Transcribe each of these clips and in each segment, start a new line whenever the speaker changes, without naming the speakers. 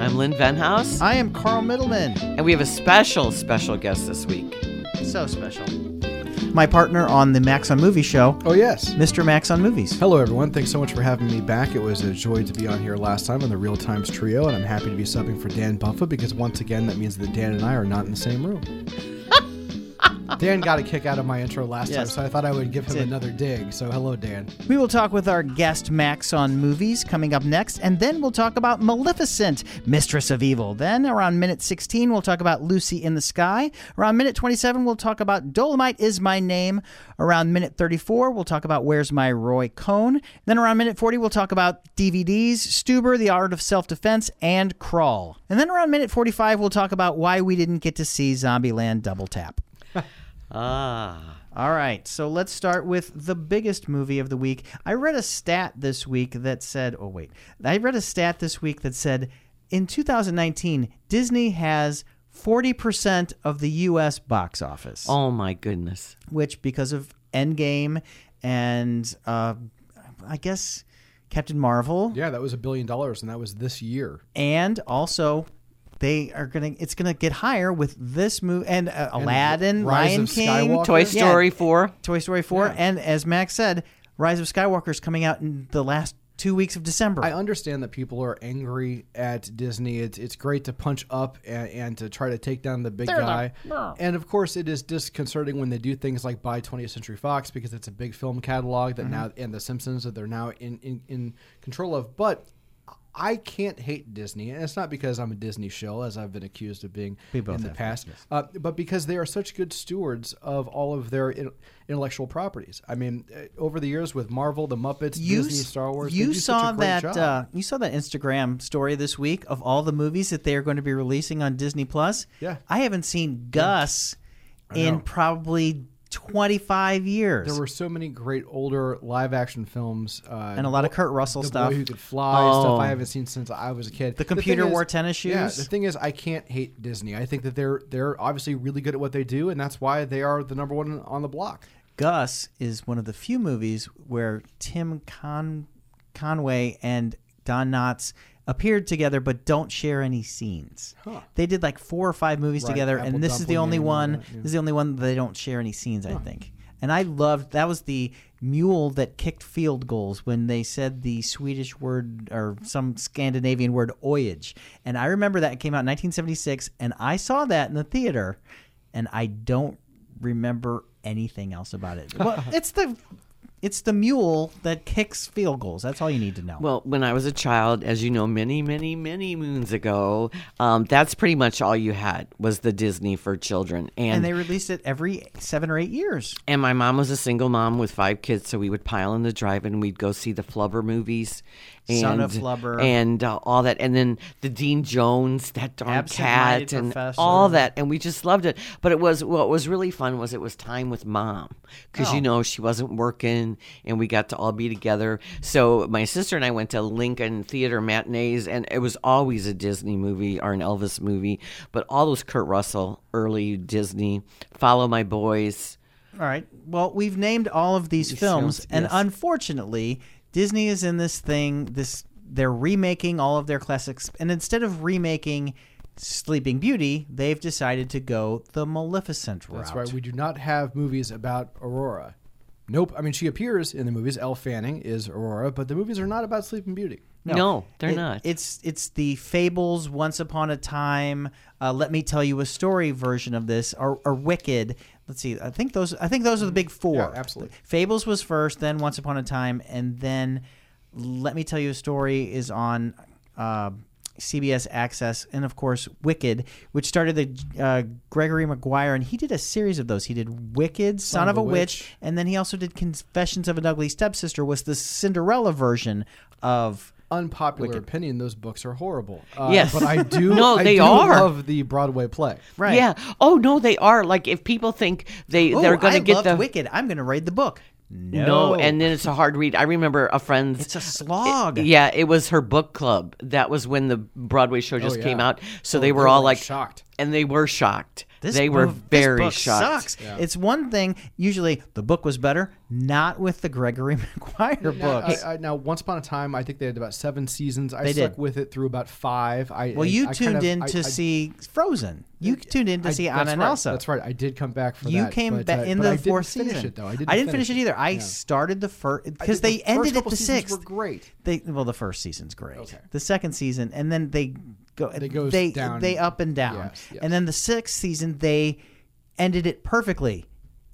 Venhouse,
I am Carl Middleman.
and we have a special, special guest this week.
So special. My partner on the Max on Movie show,
Oh, yes.
Mr. Max on Movies.
Hello, everyone. Thanks so much for having me back. It was a joy to be on here last time on the Real Times Trio, and I'm happy to be subbing for Dan Buffa because, once again, that means that Dan and I are not in the same room. Dan got a kick out of my intro last time,
Yes.
so I thought I would give him
it.
another dig. So, hello, Dan.
We will talk with our guest Max on movies coming up next, and then we'll talk about Maleficent, Mistress of Evil. Then, around minute 16, we'll talk about Lucy in the Sky. Around minute 27, we'll talk about Dolomite is My Name. Around minute 34, we'll talk about Where's My Roy Cohn. Then, around minute 40, we'll talk about DVDs, Stuber, The Art of Self Defense, and Crawl. And then, around minute 45, we'll talk about why we didn't get to see Zombieland Double Tap.
Ah,
All right, so let's start with the biggest movie of the week. I read a stat this week that said, oh, wait, I read a stat this week that said in 2019, Disney has 40% of the U.S. box office,
oh my goodness.
which, because of Endgame and uh, I guess Captain Marvel,
Yeah, that was a billion dollars, and that was this year.
and also. They are gonna. It's gonna get higher with this movie and, uh, Aladdin,
Rise
Lion
of
King,
Skywalker.
Toy
Yeah.
Story 4.
Toy Story 4, and as Max said, Rise of Skywalker is coming out in the last two weeks of December.
I understand that people are angry at Disney. It's it's great to punch up and, and to try to take down the big guy. And of course, it is disconcerting when they do things like buy 20th Century Fox because it's a big film catalog that now and The Simpsons that they're now in, in in control of. But I can't hate Disney, and it's not because I'm a Disney shill, as I've been accused of being in the past, uh, but because they are such good stewards of all of their in- intellectual properties. I mean, uh, over the years with Marvel, the Muppets, Disney,
s-
Star Wars, they
You
do such a
saw
great
that.
job.
Uh, you saw that Instagram story this week of all the movies that they are going to be releasing on Disney Plus.
Yeah.
I haven't seen Gus in
know.
probably twenty five years,
There were so many great older live action films uh,
and a lot of Kurt Russell
the
stuff.
Boy Who Could Fly
Oh.
stuff I haven't seen since I was a kid. The thing
computer wore tennis
Yeah,
shoes.
the thing is, I can't hate Disney. I think that they're they're obviously really good at what they do, and that's why they are the number one on the block.
Gus is one of the few movies where Tim Con- Conway and Don Knotts appeared together but don't share any scenes. They did like four or five movies
Right,
together,
Apple
and this is the
Dumpling
only
and all
one.
that, yeah.
This is the only one they don't share any scenes. I think. And I loved that was the mule that kicked field goals when they said the Swedish word or some Scandinavian word oyage. And I remember that it came out in 1976 and I saw that in the theater and I don't remember anything else about it. Well, it's the it's the mule that kicks field goals. That's all you need to know.
Well, when I was a child, as you know, many, many, many moons ago, um, that's pretty much all you had was the Disney for children.
and they released it every 7 or 8 years.
And my mom was a single mom with five kids, so we would pile in the drive and we'd go see the Flubber movies, and,
Son of Flubber.
and uh, all that, and then the Dean Jones, that darn
Absent-minded
cat, and
Professor.
all that, and we just loved it. But it was what was really fun was it was time with mom because
Oh.
you know she wasn't working, and we got to all be together. So my sister and I went to Lincoln Theater matinees, and it was always a Disney movie or an Elvis movie, but all those Kurt Russell early Disney, Follow My Boys.
All right. Well, we've named all of these films,
films,
and
yes.
unfortunately, Disney is in this thing. This they're remaking all of their classics, and instead of remaking Sleeping Beauty, they've decided to go the Maleficent route.
That's right. We do not have movies about Aurora. Nope. I mean, she appears in the movies. Elle Fanning is Aurora, but the movies are not about Sleeping Beauty.
No, they're
It-
not.
It's it's the fables, once upon a time, uh, let me tell you a story version of this, or, or Wicked. Let's see. I think those. I think those are the big four.
Yeah, absolutely.
Fables was first, then Once Upon a Time, and then Let Me Tell You a Story is on uh, CBS Access, and of course Wicked, which started the uh, Gregory Maguire, and he did a series of those. He did Wicked, Son, of a Witch.
Witch.
and then he also did Confessions of an Ugly Stepsister, was the Cinderella version of.
Unpopular opinion: those books are horrible. Uh,
Yes.
but I do.
No,
I
they
do
are.
Love the Broadway play.
Right.
Yeah. Oh no, they are. Like if people think they
Ooh,
they're going
Oh, I
to get
loved
the
Wicked. I'm going to read the book.
no, and then it's a hard read. I remember a friend's.
it's a slog.
yeah, it was her book club. That was when the Broadway show just
yeah.
came out. So
Oh,
they were
they
all
were
like
shocked.
and they were shocked.
This
they were
book- this
very
book
shocked.
Sucks. It's one thing. Usually, the book was better. Not with the Gregory McGuire
Now,
books.
I, I, now, once upon a time, I think they had about seven seasons. I
They
stuck
did.
with it through about five. I
well,
I-
you
I kind
tuned
of-
in
I-
to
I-
see Frozen. You tuned in to
I-
see
that's
Anna and
right,
Elsa.
That's right. I did come back for
You
that,
came
but, uh,
back in
but
the
I didn't
fourth
finish
season.
It, though I didn't,
finish, it either. I started the first because
The
they ended
first
at
couple
the
seasons
sixth.
Were great.
They well, the first season's great. The second season, and then they go. They
goes
they,
down.
up and down,
Yes, yes.
and then the sixth season they ended it perfectly.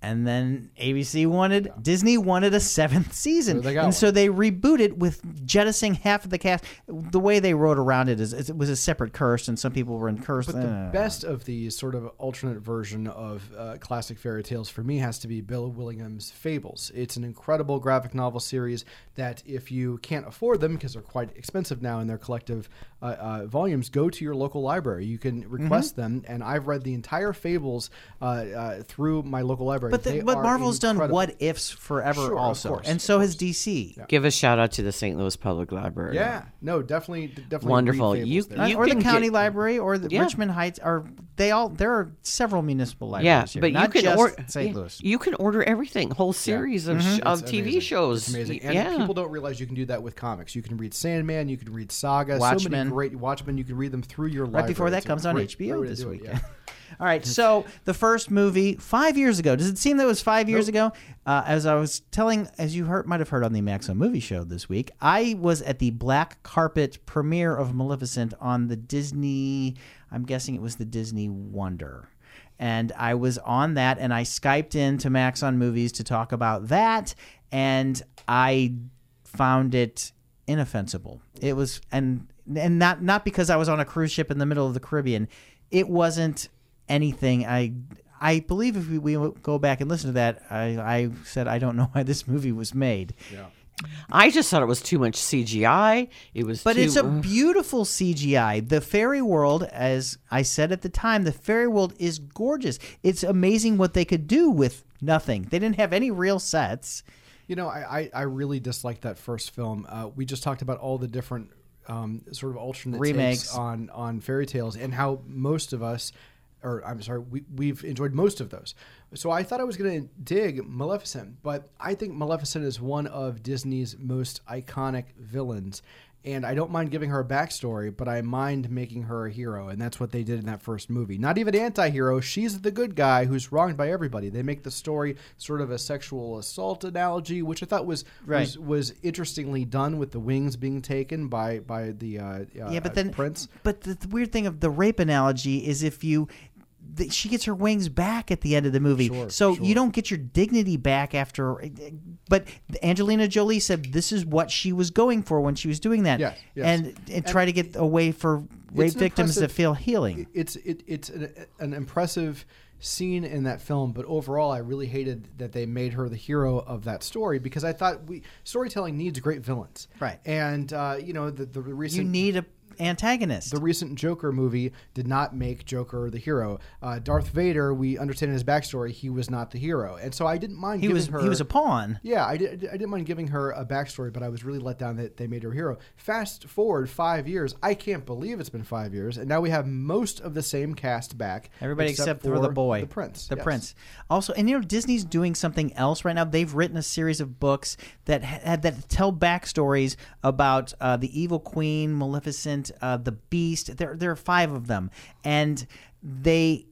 And then ABC wanted Disney wanted a seventh season,
they got
and
one.
so they rebooted with jettisoning half of the cast. The way they wrote around it is it was a separate curse, and some people were in curse. Eh.
But
Uh,
the best of the sort of alternate version of uh, classic fairy tales for me has to be Bill Willingham's Fables. It's an incredible graphic novel series that, if you can't afford them because they're quite expensive now in their collective uh, uh, volumes, go to your local library. You
Mm-hmm.
can request them, and I've read the entire Fables uh, uh, through my local library.
But, the,
They
but
are
Marvel's done
incredible.
what ifs forever
Sure, of
also,
course,
and
of
so has DC.
Give a shout out to the St. Louis Public Library.
Yeah, no, definitely, definitely
Wonderful.
read Fables
You-
there.
Uh,
you
or the
can
county
get-
library or the
Yeah.
Richmond Heights are they all there are several municipal
Yeah,
libraries here,
but you
not
can
just
order
St. Louis.
You can order everything, whole series of, sh- of TV
Mm-hmm. amazing.
shows.
It's amazing.
Y-
And
yeah.
people don't realize you can do that with comics. You can read Sandman, you can read Saga, so
Watchmen.
many great Watchmen. You can read them through your
Right before that comes on HBO this weekend. All right, so the first movie five years ago. Does it seem that it was five years ago? Uh, as I was telling, as you heard, might have heard on the Maxo Movie Show this week, I was at the black carpet premiere of Maleficent on the Disney. I'm guessing it was the Disney Wonder. and I was on that and I skyped in to Max on Movies to talk about that and I found it inoffensible. It was and and not not because I was on a cruise ship in the middle of the Caribbean. It wasn't anything I I believe if we, we go back and listen to that, I, I said I don't know why this movie was made.
I just thought it was too much CGI. It was
But
too,
it's a
uh,
beautiful CGI. The fairy world, as I said at the time, the fairy world is gorgeous. It's amazing what they could do with nothing. They didn't have any real sets.
You know, I, I, I really disliked that first film. Uh, we just talked about all the different um, sort of alternate takes
Remakes.
on on fairy tales and how most of us, or I'm sorry, we, we've enjoyed most of those. So I thought I was going to dig Maleficent, but I think Maleficent is one of Disney's most iconic villains. And I don't mind giving her a backstory, but I mind making her a hero. And that's what they did in that first movie. Not even anti hero. She's the good guy who's wronged by everybody. They make the story sort of a sexual assault analogy, which I thought was
Right.
was, was interestingly done with the wings being taken by, by the uh,
yeah, but then
Prince.
But the, the weird thing of the rape analogy is if you. th- She gets her wings back at the end of the movie, so you don't get your dignity back after. But Angelina Jolie said this is what she was going for when she was doing that,
Yes, yes.
And, and try to get away for rape
an
victims to
impressive-
feel healing.
It's it, it's an, an impressive scene in that film, but overall, I really hated that they made her the hero of that story because I thought we storytelling needs great villains,
Right.
And uh, you know the the recent
you need a antagonist.
the recent Joker movie did not make Joker the hero. Uh, Darth Vader, we understand his backstory; he was not the hero, and so I didn't mind.
he
giving
was
her,
he was a pawn.
Yeah, I, did, I didn't mind giving her a backstory, but I was really let down that they made her a hero. Fast forward five years, I can't believe it's been five years, and now we have most of the same cast back.
Everybody except, for, the boy,
the prince,
the
yes.
prince. Also, and you know Disney's doing something else right now. They've written a series of books that ha- that tell backstories about uh, the evil queen, Maleficent, uh, the Beast. There there are five of them, and they.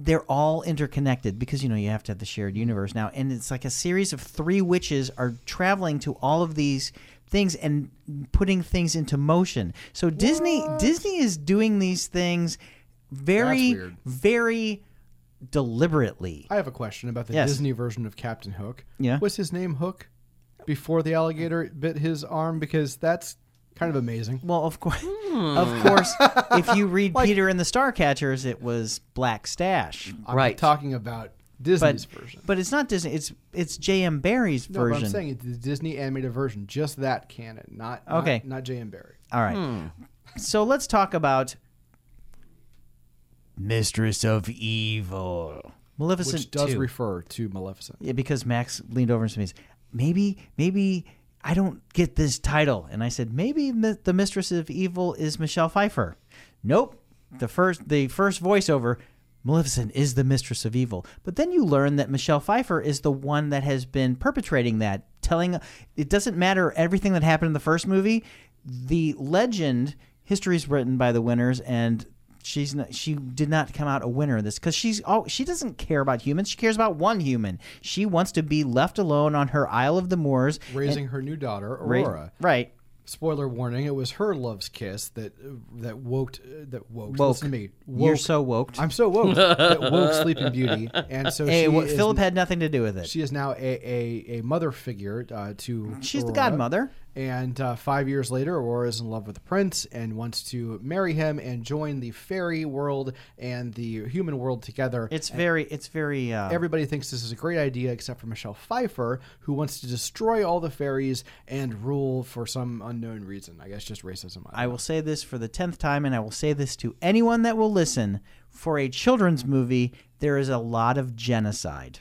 They're all interconnected because you know you have to have the shared universe now, and it's like a series of three witches are traveling to all of these things and putting things into motion. So Disney Disney is doing these things very very deliberately.
I have a question about the
Yes.
Disney version of Captain Hook.
Yeah.
was his name Hook before the alligator bit his arm? Because that's kind of amazing.
Well, of course, of course, if you read Peter and the Starcatchers, it was Black Stash.
I'm
Right.
talking about Disney's
But
version.
but it's not Disney. It's it's J.M. Barry's
No, but
version.
I'm saying it's the Disney animated version, just that canon, not
Okay.
not, not Jay and Barry.
All right. So let's talk about Mistress of Evil, Maleficent
Which does
2.
refer to Maleficent.
Yeah, because Max leaned over and said, "Maybe, maybe I don't get this title." And I said, "Maybe mi- the Mistress of Evil is Michelle Pfeiffer." Nope. The first, the first voiceover, Maleficent is the mistress of evil. But then you learn that Michelle Pfeiffer is the one that has been perpetrating that, telling it doesn't matter everything that happened in the first movie. The legend, history is written by the winners, and she's not, she did not come out a winner of this because she's oh she doesn't care about humans she cares about one human she wants to be left alone on her isle of the moors
raising her new daughter Aurora.
right
Spoiler warning: It was her love's kiss that that woke that woke.
Woke.
Listen to me. Woke.
you're so woke
I'm so woke. that woke Sleeping Beauty, and so
hey
she
what,
is,
philip had nothing to do with it
she is now a a, a mother figure uh, to.
she's the
Aurora.
godmother
And uh, five years later, Aurora is in love with the prince and wants to marry him and join the fairy world and the human world together.
it's very it's very uh,
Everybody thinks this is a great idea except for Michelle Pfeiffer, who wants to destroy all the fairies and rule for some unknown reason. I guess just racism. I,
I will say this for the tenth time, and I will say this to anyone that will listen. For a children's movie, there is a lot of genocide.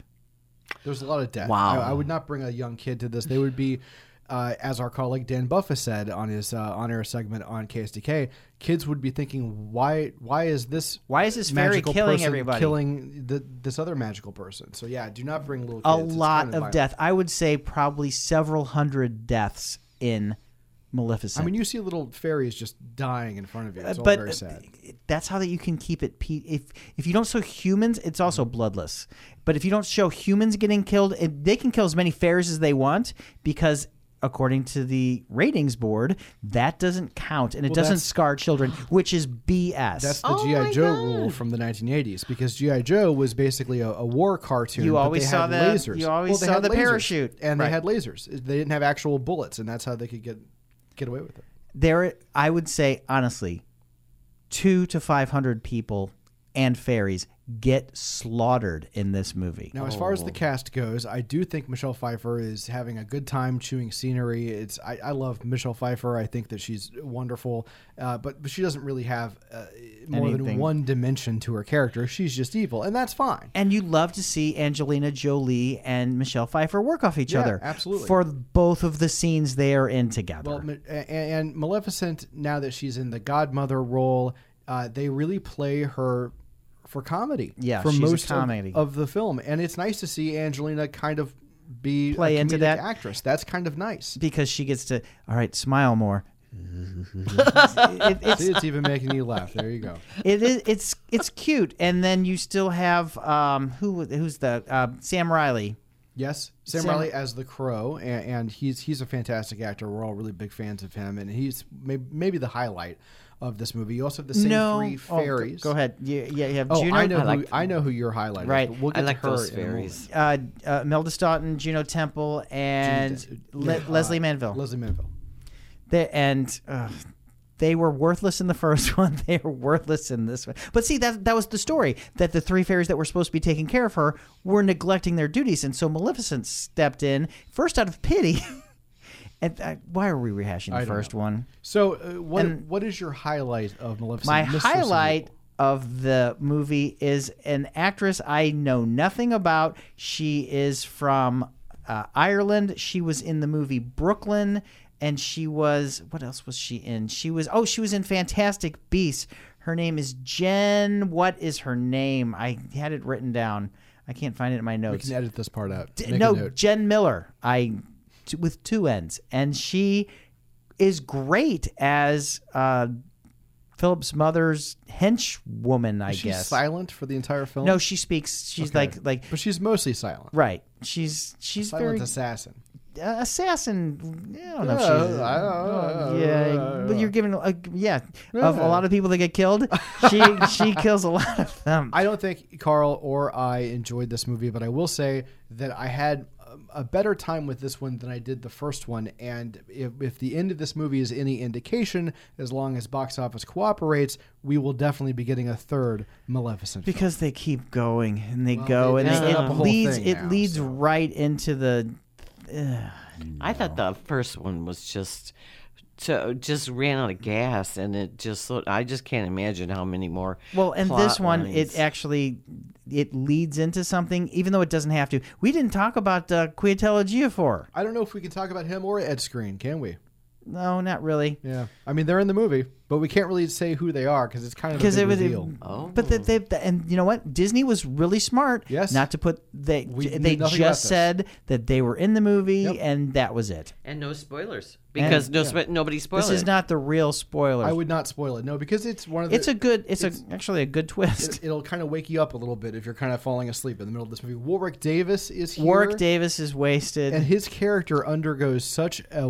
There's a lot of death.
Wow.
I, I would not bring a young kid to this. They would be, uh, as our colleague Dan Buffa said on his uh, on-air segment on KSDK, kids would be thinking, why why is this
Why is this fairy
magical
killing
person
everybody?
killing the, this other magical person? So yeah, do not bring little kids.
A
It's
lot
kind
of
violent.
death. I would say probably several hundred deaths in Maleficent.
I mean, you see little fairies just dying in front of you. It's all
but
very sad.
uh, that's how that you can keep it. Pe- if if you don't show humans, it's also bloodless. But if you don't show humans getting killed, it, they can kill as many fairies as they want because. According to the ratings board, that doesn't count and it doesn't
that's-
scar children, which is BS.
That's the
Oh my
GI Joe
God.
rule from the 1980s because GI Joe was basically a, a war cartoon.
You
but
always
they
saw
had
the-
lasers.
you always
they
saw
had
the
lasers,
parachute.
and
Right.
they had lasers. They didn't have actual bullets, and that's how they could get get away with it.
there i would say honestly two to five hundred people and fairies get slaughtered in this movie
Now, as far
Oh.
as the cast goes, I do think Michelle Pfeiffer is having a good time chewing scenery. It's I, I love Michelle Pfeiffer. I think that she's wonderful, uh, but, but she doesn't really have uh, more
Anything.
than one dimension to her character. She's just evil, and that's fine.
and you love to see Angelina Jolie and Michelle Pfeiffer work off each
Yeah,
other.
absolutely.
For both of the scenes they are in together.
Well, Ma- a- and Maleficent, now that she's in the godmother role, uh, they really play her for comedy.
Yeah,
for
she's a
most of-
comedy.
Of, the film, and it's nice to see Angelina kind of be
Play
a
into
comedic
that.
actress. That's kind of nice.
because she gets to, all right, smile more.
See, it's even making you laugh. There you go.
It is, it's it's cute, and then you still have um who who's the uh, Sam Riley.
Yes, Sam,
Sam-
Riley as the Crow, and, and he's he's a fantastic actor. We're all really big fans of him, and he's may, maybe the highlight of this movie. You also have the same
no,
three
Oh, go-
fairies.
go, ahead. You, yeah, you have
Oh,
Juno.
I know
I
who
like-
I know who your highlight is.
Right.
but we'll get
I
to
like
her
those
in a moment.
fairies.
uh, uh, Melda Staunton, Juno Temple, and Le-
Yeah, uh,
Leslie Manville.
Leslie Manville.
they, and uh, they were worthless in the first one. They are worthless in this one. But see, that that was the story that the three fairies that were supposed to be taking care of her were neglecting their duties, and so Maleficent stepped in first out of pity. and uh, why are we rehashing the
don't
first one?
So, uh, what what is your highlight of Maleficent?
My
Mistress of
highlight
Evil?
of the movie is an actress I know nothing about. She is from uh, Ireland. She was in the movie Brooklyn, and she was what else was she in? She was oh, she was in Fantastic Beasts. Her name is Jen. What is her name? I had it written down. I can't find it in my
You
notes.
can edit this part out.
D-
Make a
no,
note.
Jen Miller. I t- with two N's, and she is great as uh, Philip's mother's henchwoman. I
she's
guess.
silent for the entire film.
No, she speaks. She's like like
but she's mostly silent.
right. She's she's
Silent
very
assassin.
uh, assassin. I don't know. if
Uh,
she's,
I don't know.
yeah, but you're giving a, yeah of a lot of people that get killed. She she kills a lot of them.
I don't think Carl or I enjoyed this movie, but I will say that I had um, a better time with this one than I did the first one. And if, if the end of this movie is any indication, as long as box office cooperates, we will definitely be getting a third Maleficent. film.
because they keep going and they go
they-
and
they
they,
set up a
it
whole
leads
thing
it
now,
leads
so.
right into the
I thought the first one was just to just ran out of gas, and it just I just can't imagine how many more.
well and
plot
this one
lines.
it actually it leads into something even though it doesn't have to we didn't talk about uh, Quetello Geofor
I don't know if we can talk about him or Ed Screen, can we?
no not really
Yeah. I mean, they're in the movie. but we can't really say who they are because it's kind of a
because
big
it was,
reveal.
Oh.
but they, they, they- and you know what? Disney was really smart.
Yes.
not to put they
We knew
they
nothing about
just
this.
said that they were in the movie
Yep.
and that was it.
And no spoilers because no spo- nobody spoiled.
This is not the real spoiler.
I would not spoil it. No, because it's one of the.
it's a good. It's, a actually a good twist.
it- It'll kind of wake you up a little bit if you're kind of falling asleep in the middle of this movie. Warwick Davis is here.
Warwick Davis is wasted.
and his character undergoes such a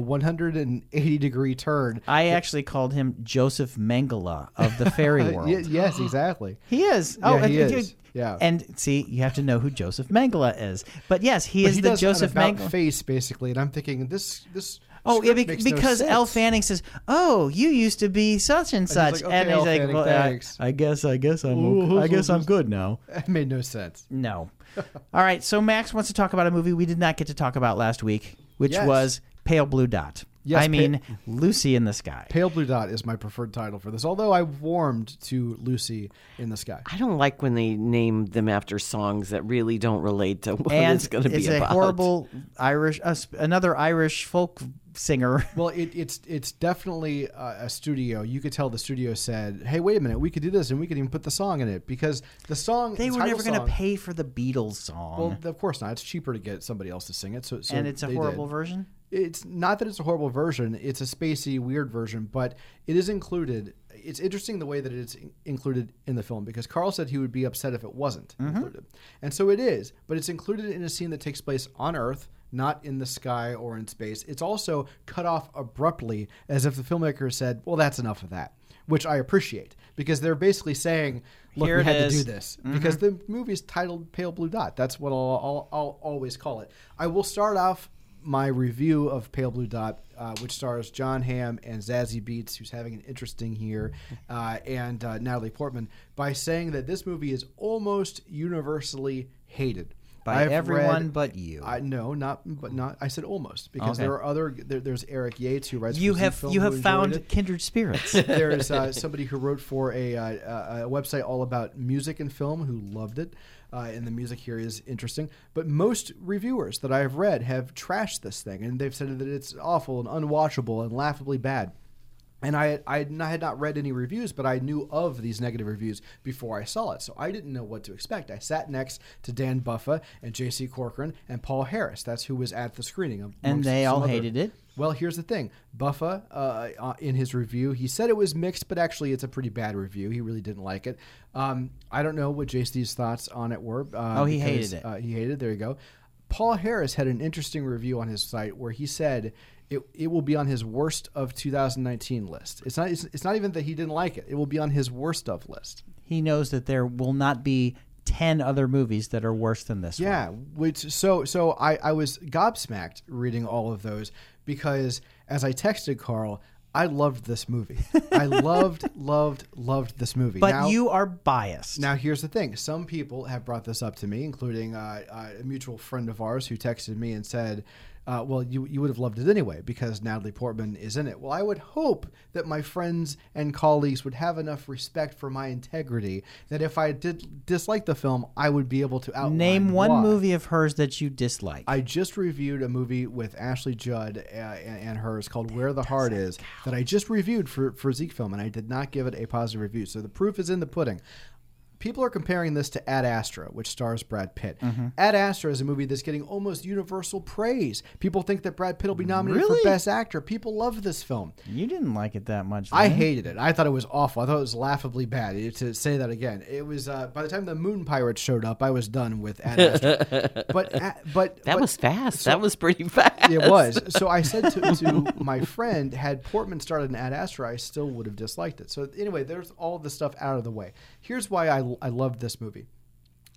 180 degree turn.
I actually called him Joseph Mengele of the fairy
Uh,
world.
ye- yes, exactly.
He is.
Yeah,
Oh, and-
he
and-
is. Yeah.
And see, you have to know who Joseph Mengele is. But yes, he is
he
the
does an
Joseph
about
Mengele.
face basically, and I'm thinking this this.
Oh, yeah,
script
be-
makes no
because
sense.
Elle Fanning says, "Oh, you used to be such and
like,
such,"
"Okay,
and
Elle
he's like,
Fanning,
"Well, I,
thanks."
I guess, I guess I'm, okay. I guess I'm good now."
It made no sense.
No. All right. So Max wants to talk about a movie we did not get to talk about last week, which
Yes.
was Pale Blue Dot.
Yes,
I
Pa-
mean, Lucy in the Sky.
Pale Blue Dot is my preferred title for this, although I warmed to Lucy in the Sky.
I don't like when they name them after songs that really don't relate to what
and
it's going to be
a
about.
horrible Irish, uh, sp- another Irish folk singer.
Well, it, it's it's definitely uh, a studio. You could tell the studio said, "Hey, wait a minute, we could do this, and we could even put the song in it because the song
They
the
were
title
never going to
song-
pay for the Beatles song,
Well, of course not. It's cheaper to get somebody else to sing it. So, so
and it's a
they did.
horrible version.
it's not that it's a horrible version it's a spacey weird version but it is included it's interesting the way that it's in- included in the film because carl said he would be upset if it wasn't
Mm-hmm.
included and so it is but it's included in a scene that takes place on earth not in the sky or in space it's also cut off abruptly as if the filmmaker said well that's enough of that which i appreciate because they're basically saying look
Here
we
it
had to
is.
do this
Mm-hmm.
because the movie's titled Pale Blue Dot. That's what I'll, I'll, I'll always call it. I will start off my review of Pale Blue Dot, uh, which stars John Hamm and Zazie Beats, who's having an interesting year, uh, and uh, Natalie Portman, by saying that this movie is almost universally hated
By
I've
everyone
read-
but you.
I no, not but not. I said almost because
Okay.
there are other. There, there's Eric Yates who writes.
you
for Zoo
have
Film
you
who
have
enjoyed
found
it
kindred spirits.
there is uh, somebody who wrote for a, uh, uh, a website all about music and film who loved it. Uh, and the music here is interesting. But most reviewers that I have read have trashed this thing and they've said that it's awful and unwatchable and laughably bad. And I, I had not- had not read any reviews, but I knew of these negative reviews before I saw it. So I didn't know what to expect. I sat next to Dan Buffa and J.C. Corcoran and Paul Harris. That's who was at the screening.
And
amongst
they
some
all
other-
hated it?
well, here's the thing. Buffa, uh, uh, in his review, he said it was mixed, but actually it's a pretty bad review. He really didn't like it. Um, I don't know what JC's thoughts on it were. Uh,
Oh, he
because,
hated it.
Uh, he hated it. There you go. Paul Harris had an interesting review on his site where he said it, it will be on his worst of 2019 list. It's not, it's, it's not even that he didn't like it. It will be on his worst of list.
he knows that there will not be ten other movies that are worse than this one.
Yeah, which so so I I was gobsmacked reading all of those because as I texted Carl, I loved this movie. I loved loved loved this movie.
But
Now-
you are biased.
now, here's the thing. Some people have brought this up to me, including uh, uh, a mutual friend of ours who texted me and said, uh, well, you, you would have loved it anyway because Natalie Portman is in it. Well, I would hope that my friends and colleagues would have enough respect for my integrity that if I did dislike the film, I would be able to outline
Name one
why.
movie of hers that you dislike.
I just reviewed a movie with Ashley Judd uh, and, and hers called Where the Heart Is that I just reviewed for, for Zeke Film, and I did not give it a positive review. So the proof is in the pudding. People are comparing this to Ad Astra, which stars Brad Pitt. Ad Astra is a movie that's getting almost universal praise. People think that Brad Pitt will be nominated
Really?
for Best Actor. People love this film.
you didn't like it that much.
I
Lynn.
hated it. I thought it was awful. I thought it was laughably bad. Eh, To say that again, it was. Uh, by the time the Moon Pirates showed up, I was done with Ad Astra. but a- but
that
but-
was fast. that was pretty fast.
it was. So I said to, to my friend, had Portman started an Ad Astra, I still would have disliked it. So anyway, there's all the stuff out of the way. Here's why I, I love this movie.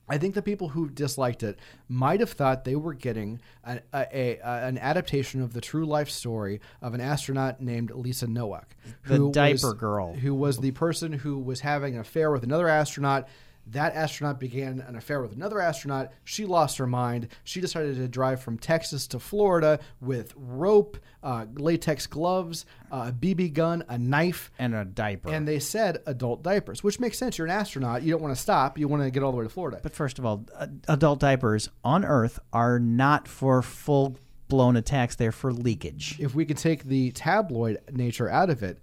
I think the people who disliked it might have thought they were getting an, a, a, an adaptation of the true life story of an astronaut named Lisa Nowak,
The diaper
was-
girl.
who was the person who was having an affair with another astronaut. That astronaut began an affair with another astronaut. She lost her mind. She decided to drive from Texas to Florida with rope, uh, latex gloves, uh, a BB gun, a knife,
And a diaper.
and they said adult diapers, which makes sense. You're an astronaut. You don't want to stop. You want to get all the way to Florida.
But first of all, a- adult diapers on Earth are not for full blown attacks, they're for leakage.
if we could take the tabloid nature out of it,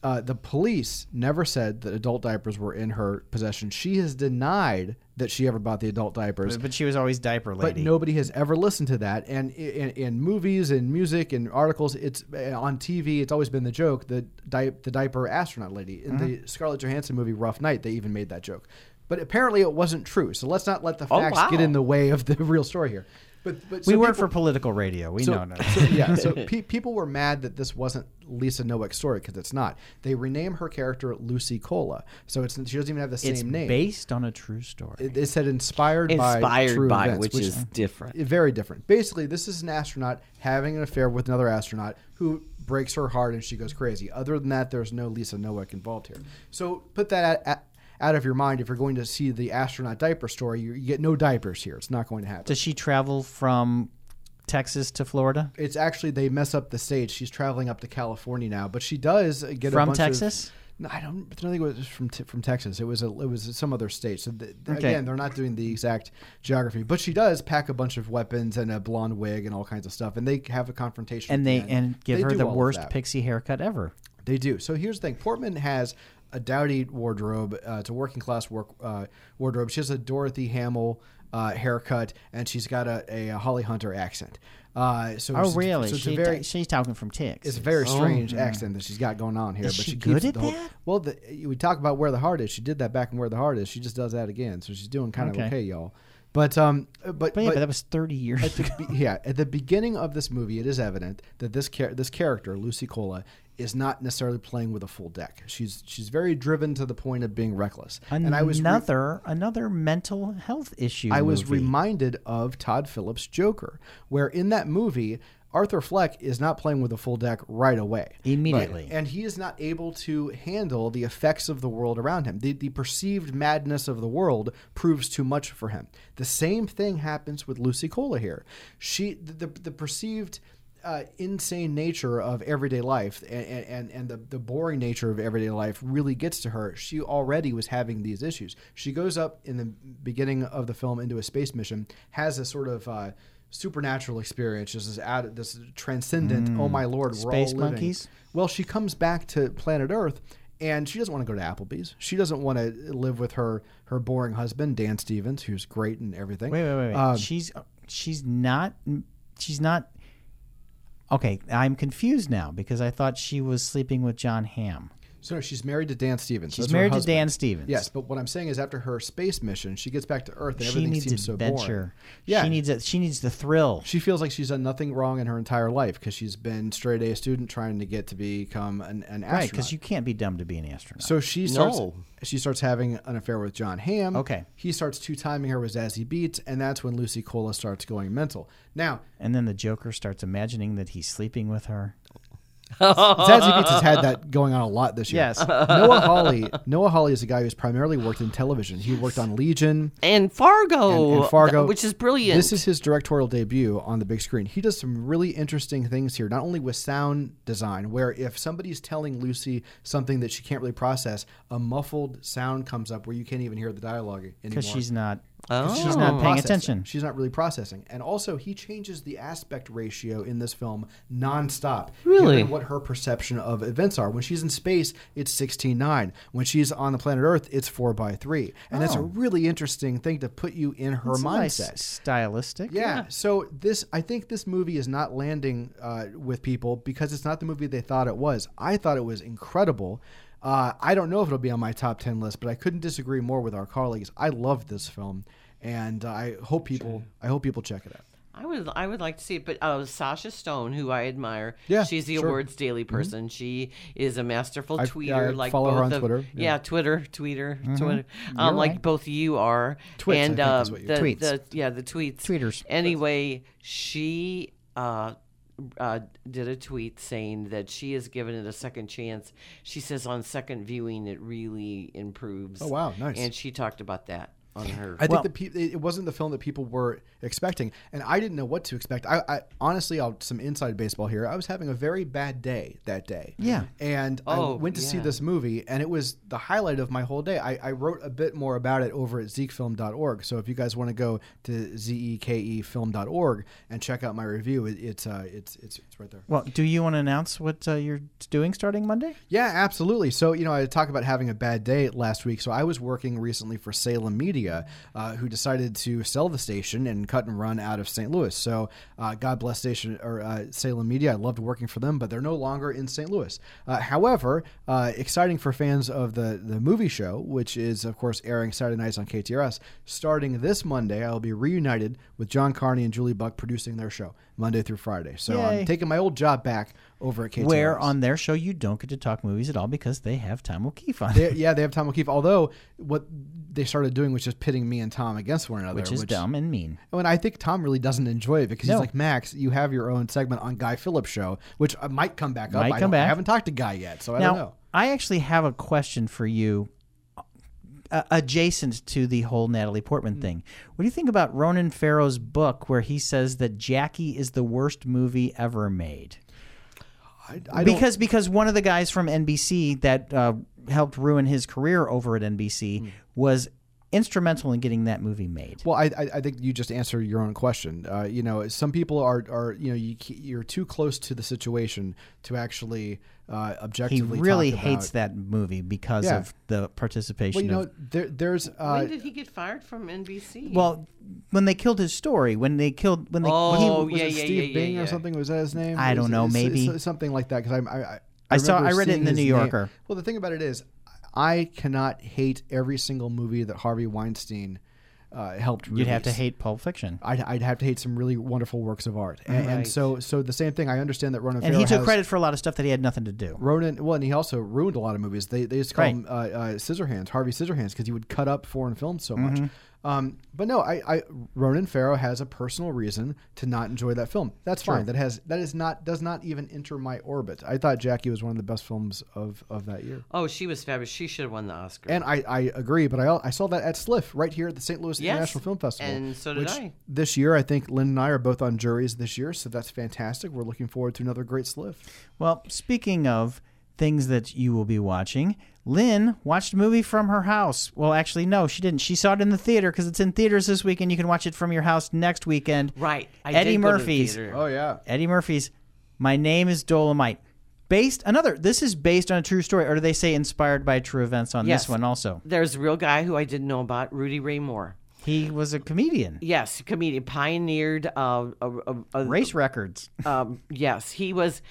Uh, the police never said that adult diapers were in her possession. She has denied that she ever bought the adult diapers.
But she was always diaper
But
lady.
nobody has ever listened to that. And in, in movies and music and articles, it's uh, on TV. It's always been the joke the di- the diaper astronaut lady in the Scarlett Johansson movie Rough Night. They even made that joke. But apparently, it wasn't true. So let's not let the
Oh,
facts
wow.
get in the way of the real story here. But, but
we
so
work
people-
for political radio. We know. No.
so, yeah, so pe- people were mad that this wasn't Lisa Nowick's story because it's not. They rename her character Lucy Cola, so it's she doesn't even have the
it's
same name.
based on a true story.
It, it said inspired, by
Inspired
true
by,
events,
which, is different.
very different. Basically, this is an astronaut having an affair with another astronaut who breaks her heart and she goes crazy. Other than that, there's no Lisa Nowak involved here. So put that at, out of your mind if you're going to see the astronaut diaper story. You, you get no diapers here. It's not going to happen.
Does she travel from Texas to Florida?
it's actually they mess up the stage. She's traveling up to California now, but she does get a
From
bunch
Texas?
Of, No, I don't. I don't think it was from Te- from Texas. It was a, it was some other state. So th th-
Okay.
again, they're not doing the exact geography, but she does pack a bunch of weapons and a blonde wig and all kinds of stuff, and they have a confrontation.
And
at
they
the end.
and give
They
her
do
the
all of
worst
that.
pixie haircut ever.
They do. So here's the thing: Portman has a dowdy wardrobe. Uh, it's a working class work uh, wardrobe. She has a Dorothy Hamill uh, haircut, and she's got a, a, Holly Hunter accent. Uh, so
Oh,
it's-
really?
So it's a
she
very,
she's talking from Texas.
it's a very strange accent that she's got going on here.
Oh, Is
but
she
she,
good
keeps
at
the whole,
that?
Well, the, we talk about where the heart is. She did that back and where the heart is. She just does that again. So she's doing kind of
Okay.
okay, y'all. But um, but but,
but yeah, but that was thirty years
at
ago.
the be- yeah, at the beginning of this movie, it is evident that this char- this character Lucy Cola is not necessarily playing with a full deck. She's she's very driven to the point of being reckless. and I was re-
another another mental health issue.
I was
movie.
reminded of Todd Phillips' Joker, where in that movie, Arthur Fleck is not playing with a full deck right away.
Immediately.
Right. And he is not able to handle the effects of the world around him. The, the perceived madness of the world proves too much for him. The same thing happens with Lucy Cola here. She, the, the, the perceived. Uh, insane nature of everyday life and, and, and the, the boring nature of everyday life really gets to her. She already was having these issues. She goes up in the beginning of the film into a space mission, has a sort of uh, supernatural experience, just this, out, this transcendent, oh my lord,
Mm.
we're all
Space
living."
monkeys?
Well, she comes back to planet Earth, and she doesn't want to go to Applebee's. She doesn't want to live with her her boring husband, Dan Stevens, who's great and everything. Um,
Wait, wait, wait. wait. she's she's not she's not. Okay, I'm confused now because I thought she was sleeping with John Hamm.
So no, she's married to Dan Stevens.
She's
That's her
married to
husband.
Dan Stevens.
Yes, but what I'm saying is, after her space mission, she gets back to Earth, and
she
everything
needs
seems so boring.
adventure.
Yeah.
she needs a, she needs the thrill.
She feels like she's done nothing wrong in her entire life because she's been straight A student trying to get to become an, an astronaut.
Right, because you can't be dumb to be an astronaut.
So she starts.
No.
She starts having an affair with John Hamm.
Okay.
He starts two timing her with Zazie Beats, and that's when Lucy Cola starts going mental. Now,
and then the Joker starts imagining that he's sleeping with her.
Zazie Beats has had that going on a lot this year.
Yes.
Noah Hawley. Noah Hawley is a guy who's primarily worked in television. He worked on Legion.
and Fargo,
and, and Fargo,
which is brilliant.
This is his directorial debut on the big screen. He does some really interesting things here, not only with sound design, where if somebody's telling Lucy something that she can't really process, a muffled sound comes up where you can't even hear the dialogue anymore. Uh,
Because she's not.
Oh.
She's not paying
processing.
attention.
She's not really processing. And also, he changes the aspect ratio in this film nonstop.
Really?
given What her perception of events are. When she's in space, it's 16.9. When she's on the planet Earth, it's 4 by 3. And that's a really interesting thing to put you in her
It's a Oh. nice
mindset.
stylistic.
Yeah. So this, I think this movie is not landing uh, with people because it's not the movie they thought it was. I thought it was incredible. Uh, I don't know if it'll be on my top ten list, but I couldn't disagree more with our colleagues. I loved this film, and I hope people, I hope people check it out.
I would I would like to see it, but uh, Sasha Stone, who I admire,
Yeah,
she's the
sure. Mm-hmm.
awards daily person. She is a masterful
I- yeah,
tweeter,
I
like
follow her
both
on
of,
Twitter,
Yeah.
yeah. Mm-hmm.
Twitter, tweeter, Twitter, um, like both you are.
Twits, I
and
think
uh,
is what you-
the,
Tweets.
the yeah the tweets
Tweeters.
Anyway, she. Uh, uh, did a tweet saying that she has given it a second chance. She says on second viewing it really improves.
Oh, wow, nice.
And she talked about that on her.
I think the peop it it wasn't the film that people were expecting, and I didn't know what to expect. I, I honestly, I'll some inside baseball here. I was having a very bad day that day.
Yeah.
and
Oh,
I went to see
yeah.
this movie, and it was the highlight of my whole day. I, I wrote a bit more about it over at zekefilm.org. So if you guys want to go to E zekefilm.org and check out my review, it, it's uh, it's it's it's right there.
Well, do you want to announce what uh, you're doing starting Monday?
Yeah, absolutely. So, you know, I talk about having a bad day last week. So, I was working recently for Salem Media, uh, who decided to sell the station and cut and run out of St. Louis. So, uh, God bless station or uh, Salem Media. I loved working for them, but they're no longer in St. Louis. Uh, however, uh, exciting for fans of the the movie show, which is of course airing Saturday nights on KTRS. Starting this Monday, I will be reunited with John Carney and Julie Buck producing their show Monday through Friday. So,
Yay.
I'm taking my old job back over at KTRS.
Where on their show you don't get to talk movies at all because they have Tom O'Keefe on.
They- yeah, they have Tom O'Keefe. Although what they started doing was just pitting me and Tom against one another,
which is dumb and mean.
And I think Tom really doesn't enjoy it because
No.
he's like, Max, you have your own segment on Guy Phillips' show, which uh, might come back up.
Might
I
come
don't-
back.
I haven't talked to Guy yet, so I don't know.
Now, I actually have a question for you uh, adjacent to the whole Natalie Portman
Mm.
thing. What do you think about Ronan Farrow's book where he says that Jackie is the worst movie ever made?
I, I don't,
because because one of the guys from NBC that uh, helped ruin his career over at NBC was instrumental in getting that movie made.
Mm. well, I, I I think you just answered your own question. Uh, you know, some people are are you know you ke- you're too close to the situation to actually uh,
He
objectively.
really
talk
hates
about-
that movie because
Yeah.
of the participation
Well, you
of
know, there, there's uh,
when did he get fired from NBC?
Well, when they killed his story, when they killed when they
Oh,
he,
was
yeah,
it
yeah,
Steve
yeah,
Bing
yeah,
or
yeah.
something? Was that his name?
I
It was-
don't know,
it's- it's
maybe.
something like that. Because I, I, I,
I saw-
remember
I read it in
seeing
the
his
New
name.
Yorker.
Well, the thing about it is, I cannot hate every single movie that Harvey Weinstein uh, helped. Release.
you'd have to hate Pulp Fiction.
I'd, I'd have to hate some really wonderful works of art, and, and
Right.
so so the same thing. I understand that Ronan
And
Farrow
he took
has-
credit for a lot of stuff that he had nothing to do.
Ronan, well, and he also ruined a lot of movies. They, they used to call
Right.
him uh, uh, Scissorhands, Harvey Scissorhands, because he would cut up foreign films so much.
Mm-hmm.
Um, but no, I, I Ronan Farrow has a personal reason to not enjoy that film. That's fine. That has that is not does not even enter my orbit. I thought Jackie was one of the best films of of that year,
oh, she was fabulous. She should have won the Oscar.
and I, I agree. But I al- I saw that at Sliff right here at the St. Louis
Yes,
International Film Festival,
and so did
which
I.
This year, I think Lynn and I are both on juries this year, so that's fantastic. We're looking forward to another great Sliff.
Well, speaking of things that you will be watching, Lynn watched a movie from her house. Well, actually, no, she didn't. She saw it in the theater because it's in theaters this week, and you can watch it from your house next weekend.
right. I
Eddie
did go to the
Murphy's.
theater.
yeah,
Eddie Murphy's My Name is Dolomite. Based another this is based on a true story, or do they say inspired by true events on
Yes.
this one also?
There's a real guy who I didn't know about, Rudy Ray Moore.
He was a comedian.
Yes, comedian, pioneered uh, a, a, a,
Race records.
um, yes, he was.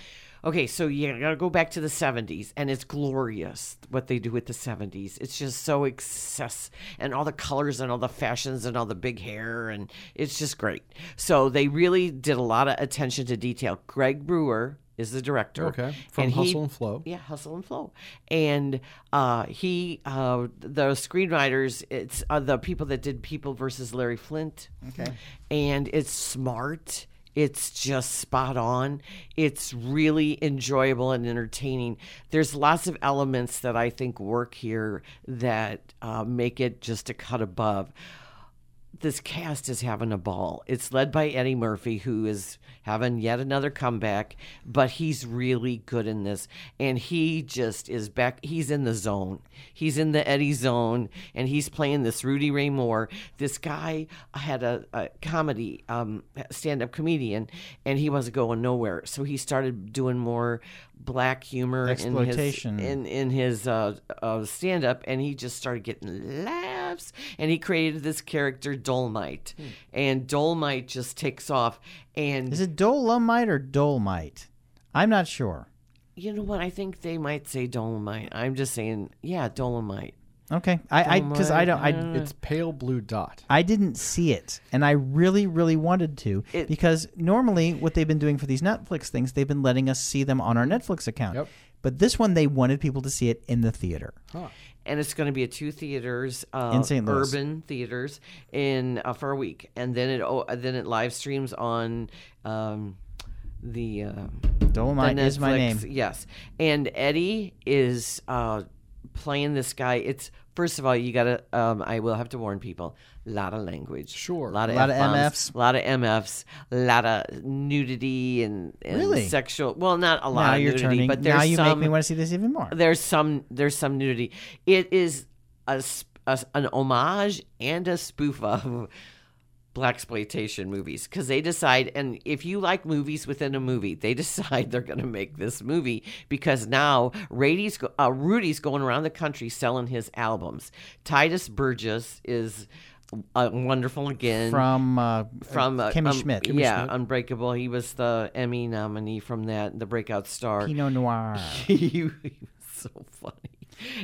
Okay, so you gotta go back to the 70s, and it's glorious what they do with the 70s. It's just so excess, and all the colors, and all the fashions, and all the big hair, and it's just great. So they really did a lot of attention to detail. Greg Brewer is the director.
Okay, from Hustle and Flow.
Yeah, Hustle and Flow. And uh, he, uh, the screenwriters, it's uh, the people that did People versus Larry Flint. Okay. And it's smart. It's just spot on. It's really enjoyable and entertaining. There's lots of elements that I think work here that uh, make it just a cut above this cast is having a ball. It's led by Eddie Murphy, who is having yet another comeback, but he's really good in this. And he just is back. He's in the zone. He's in the Eddie zone, and he's playing this Rudy Ray Moore. This guy had a, a comedy, um, stand up comedian, and he wasn't going nowhere. So he started doing more black humor
Exploitation.
in his, in in his uh, uh, stand up and he just started getting laughs and he created this character Dolmite and Dolmite just takes off and
Hmm. Is it Dolomite or Dolmite? I'm not sure.
you know what I think they might say Dolomite I'm just saying yeah Dolomite
Okay. I because I, don't I
it's pale blue dot.
I didn't see it, and I really, really wanted to
It-
because normally what they've been doing for these Netflix things, they've been letting us see them on our Netflix account.
Yep.
But this one, they wanted people to see it in the theater.
and it's going to be at two theaters uh,
In St. Louis.
urban theaters in uh, for a week and then it oh, then it live streams on um, the uh,
Dolomite
the
is my
Netflix,
name.
Yes, and Eddie is uh, playing this guy. It's first of all, you gotta. Um, I will have to warn people. A lot of language.
Sure.
A lot of,
Lot of
F-bombs,
MFs.
A lot of MFs. A lot of nudity and, and
Really?
sexual. Well, not a lot.
Now
of
you're
nudity,
turning.
But there's
now you
some,
make me want to see this even more.
there's some there's some nudity. It is a, sp- a s- an homage and a spoof of black exploitation movies because they decide and if you like movies within a movie they decide they're going to make this movie because now Rady's, go- uh, rudy's going around the country selling his albums titus burgess is uh, wonderful again
From uh,
from uh,
Kimmy
um,
Schmidt.
yeah unbreakable he was the emmy nominee from that the breakout star
Pinot Noir.
he was so funny.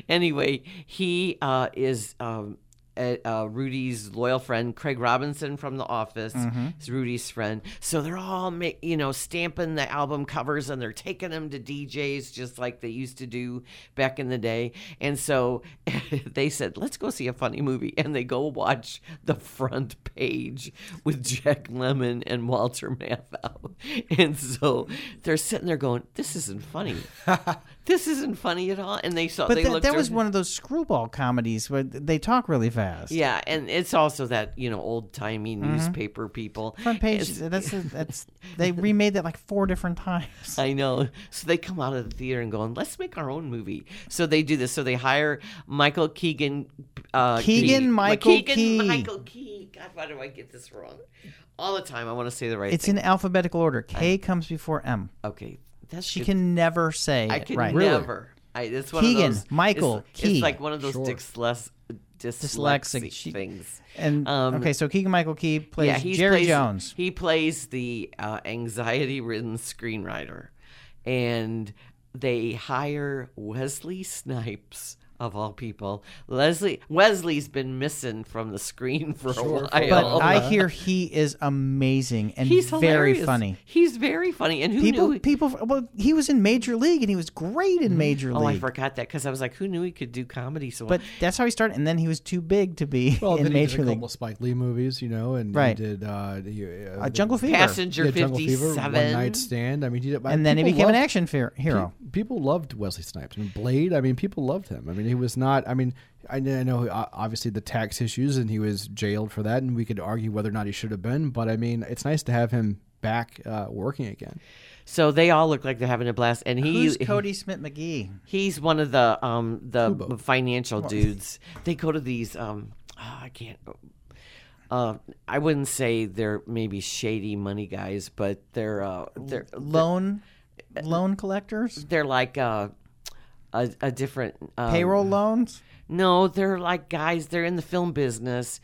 Anyway, he uh, is um, uh, uh, Rudy's loyal friend, Craig Robinson from The Office. Is Rudy's friend, so they're all ma- you know stamping the album covers and they're taking them to DJs just like they used to do back in the day. And so they said, "Let's go see a funny movie," and they go watch the front page with Jack Lemon and Walter Matthau. And so they're sitting there going, "This isn't funny." this isn't funny at all. And they saw
But
they
that,
looked
that was
over-
one of those screwball comedies where they talk really fast.
Yeah, and it's also that you know old timey newspaper people
Mm-hmm. Front page.
It's-
That's that's they remade that like four different times.
I know. So they come out of the theater and going, "Let's make our own movie." So they do this. So they hire Michael Keegan. Uh,
Keegan
Key-
Michael
Keegan
Key.
Michael Key. God, why do I get this wrong? All the time, I want to say the right
It's
thing.
in alphabetical order. K comes before M.
okay, that's
She
good.
can never say
I
it
can
right.
never. I, it's one
Keegan,
of those,
Michael
it's,
Key.
It's like one of those
Sure.
dyslex,
Dyslexic.
dyslexic
She-
things.
And
Um,
okay, so Keegan Michael Key plays
he
Jerry
plays-
Jones.
He plays the uh, anxiety-ridden screenwriter, and they hire Wesley Snipes of all people. Leslie Wesley's been missing from the screen for a while,
But I hear he is amazing and
he's
very
hilarious.
funny.
He's very funny, and who
People,
knew?
people. Well, he was in Major League and he was great in Major
oh, I
League.
forgot that because I was like, who knew he could do comedy so well?
but that's how he started, and then he was too big to be
Well,
in
then he did
Major
a
League.
couple Spike Lee movies, you know, and
Right.
he did uh, he, uh,
Uh, Jungle Fever,
Passenger
yeah, Jungle Fever, One
fifty-seven.
Night Stand. I mean, he did,
and then he
people
became an
loved-
action fear, hero.
pe- People loved Wesley Snipes. I mean, Blade. I mean, people loved him. I mean, he was not. I mean, I kn- I know uh, obviously the tax issues, and he was jailed for that, and we could argue whether or not he should have been. But I mean, it's nice to have him back uh, working again.
So they all look like they're having a blast, and he
Who's Cody Smith McGee?
He's one of the um the financial dudes. They go to these um oh, I can't uh, I wouldn't say they're maybe shady money guys, but they're uh they're
Loan,
uh,
loan collectors,
they're like uh a, a different um,
payroll loans.
No, they're like guys. They're in the film business.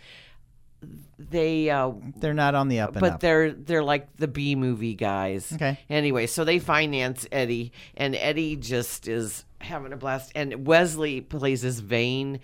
They uh
They're not on the up and
but
up.
they're they're like the B movie guys.
Okay.
Anyway, so they finance Eddie, and Eddie just is having a blast. And Wesley plays this vain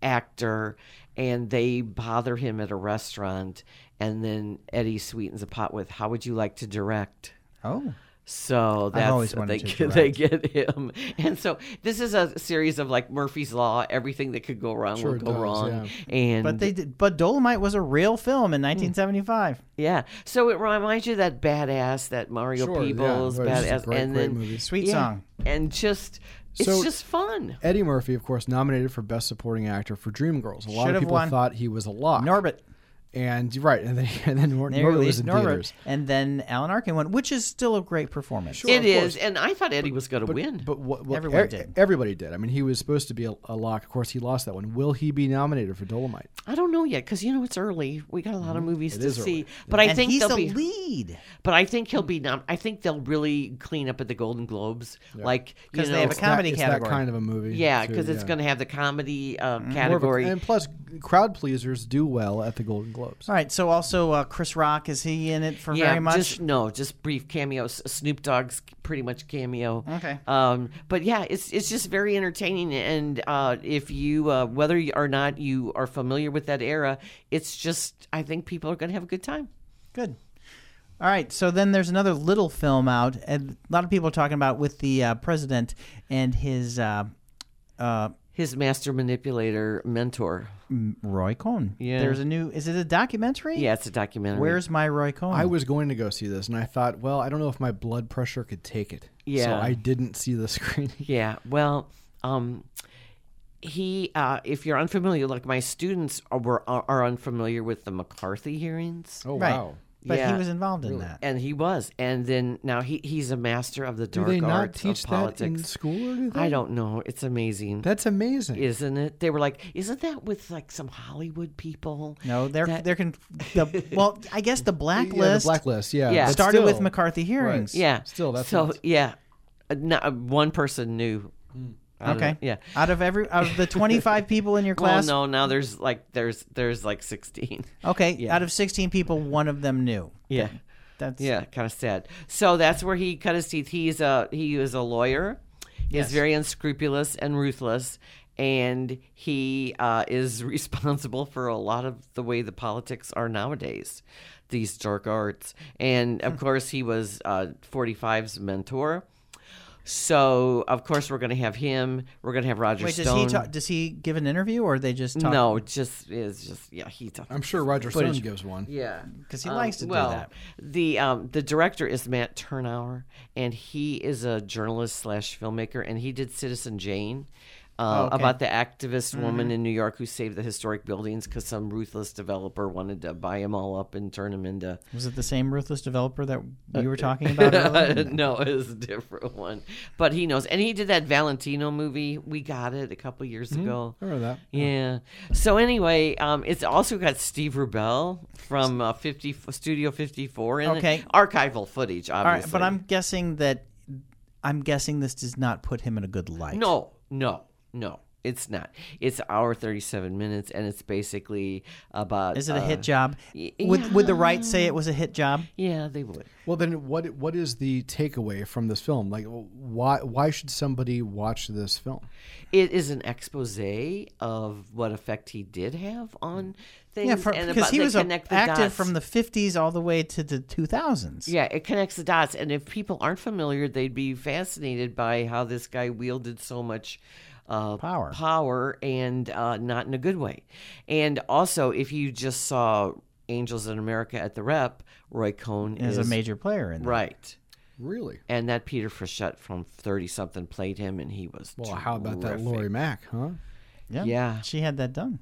actor, and they bother him at a restaurant, and then Eddie sweetens the pot with, "How would you like to direct?"
Oh,
So that's
always
what they
wanted to
get, they get him, and so this is a series of like Murphy's Law. Everything that could go wrong
Sure
will go
does,
wrong, and Hmm.
but they did. But Dolomite was a real film in 1975.
Yeah. So it reminds you of that badass, that Mario
Sure, yeah.
Peebles
Well, it's just
badass,
a great,
and
great
then
movie.
Sweet
yeah,
song.
and just it's
So-
just fun.
Eddie Murphy, of course, nominated for Best Supporting Actor for Dreamgirls. A lot
Should have
of people
won.
thought he was a lock.
Norbert.
and right, and then and then Nor-
They
Norbert was
released
in
Norbert,
theaters.
and then Alan Arkin won, which is still a great performance.
Sure.
It
of
is,
course.
and I thought Eddie was going to win.
But what, what
Everyone
e-
did.
Everybody did. I mean, he was supposed to be a, a lock. Of course, he lost that one. Will he be nominated for Dolomite?
I don't know yet because you know it's early. We got a lot of movies to
Mm-hmm. is early.
see, but I
and
think
he's
they'll
the
be.
lead
But I think he'll be. Nom- I think they'll really clean up at the Golden Globes, like you
'Cause
know,
they have a
it's
co- Comedy
that, It's
category.
that kind of a movie.
not- yeah,
too,
because it's
yeah. Mm-hmm.
going to have the comedy uh,
More of a-
category.
and plus, crowd pleasers do well at the Golden Globes.
All right. So also uh, Chris Rock is he in it for
yeah,
very much?
just no, just brief cameos. Snoop Dogg's pretty much cameo.
Okay.
Um, but yeah, it's it's just very entertaining, and uh, if you uh, whether you- or not you are familiar with that era, it's just I think people are going to have a good time.
Good. All right. So then there's another little film out, and a lot of people are talking about with the uh, president and his uh, uh,
His master manipulator mentor.
Roy Cohn.
Yeah.
There's a new. Is it a documentary?
Yeah, it's a documentary.
Where's my Roy Cohn?
I was going to go see this, and I thought, well, I don't know if my blood pressure could take it.
Yeah.
So I didn't see the screening.
yeah, well, um, he uh, if you're unfamiliar like my students are, were, are, are unfamiliar with the mccarthy hearings
Oh
Right.
wow.
But
Yeah.
he was involved in that.
and he was and then now he, he's a master of the
Do
dark
they not
arts
teach
of
that in
politics
school or do they?
i don't know it's amazing
That's amazing.
isn't it they were like isn't that with like some hollywood people
No, they're
That-
they're con- the, well, I guess the
Yeah,
blacklist
the blacklist. Yeah.
Yeah.
but
started with
still.
McCarthy hearings.
yeah
Still, that's
so
nuts.
yeah Uh, no- uh, one person knew I don't know.
Okay.
yeah
Out of every out of the 25 people in your class,
well no now there's like there's there's like 16
okay,
Yeah.
out of 16 people, one of them knew.
yeah
That's
Yeah, kind of sad. So that's where he cut his teeth. He's a he is a lawyer. He's
Yes.
very unscrupulous and ruthless, and he uh, is responsible for a lot of the way the politics are nowadays. These dark arts, and of course he was uh, 45's mentor. So of course we're going to have him. We're going to have Roger
Wait, does
Stone.
he talk, does he give an interview or they just talk?
no, just is just yeah. He talks.
I'm sure Roger Stone gives one.
Yeah,
'Cause he likes to do
Uh, Um, well,
that.
The um, the director is Matt Turnauer, and he is a journalist slash filmmaker, and he did Citizen Jane. Uh,
Oh, okay. Mm-hmm.
About the activist woman in New York who saved the historic buildings because some ruthless developer wanted to buy them all up and turn them into.
Was it the same ruthless developer that
Uh,
you were talking about? earlier?
no, it was a different one. But he knows. And he did that Valentino movie. We got it a couple years
Hmm,
ago.
I remember that.
Yeah. So anyway, um, it's also got Steve Rubell from uh, 50 f- Studio 54 in it.
Okay.
Archival footage,
All
obviously.
right, but I'm guessing that I'm guessing this does not put him in a good light.
No, no, no. It's not. It's hour 37 minutes, and it's basically about.
Is it a
uh,
hit job?
y-
Would would the right say it was a hit job?
Yeah, they would.
Well, then what what is the takeaway from this film? Like, why why should somebody watch this film?
It is an expose of what effect he did have on things.
Hmm. Yeah, for,
and
because
about
he
they
was a,
connect the
active
dots.
from the 50s all the way to the 2000s.
Yeah, it connects the dots. And if people aren't familiar, they'd be fascinated by how this guy wielded so much uh,
Power.
power and uh, not in a good way. And also, if you just saw Angels in America at the Rep, Roy Cohn
As
is
a major player in that.
right.
Really?
And that Peter Frechette from 30 something played him, and he was.
Well, how about that
terrific.
Lori Mack, huh?
Yeah.
Yeah.
She had that done.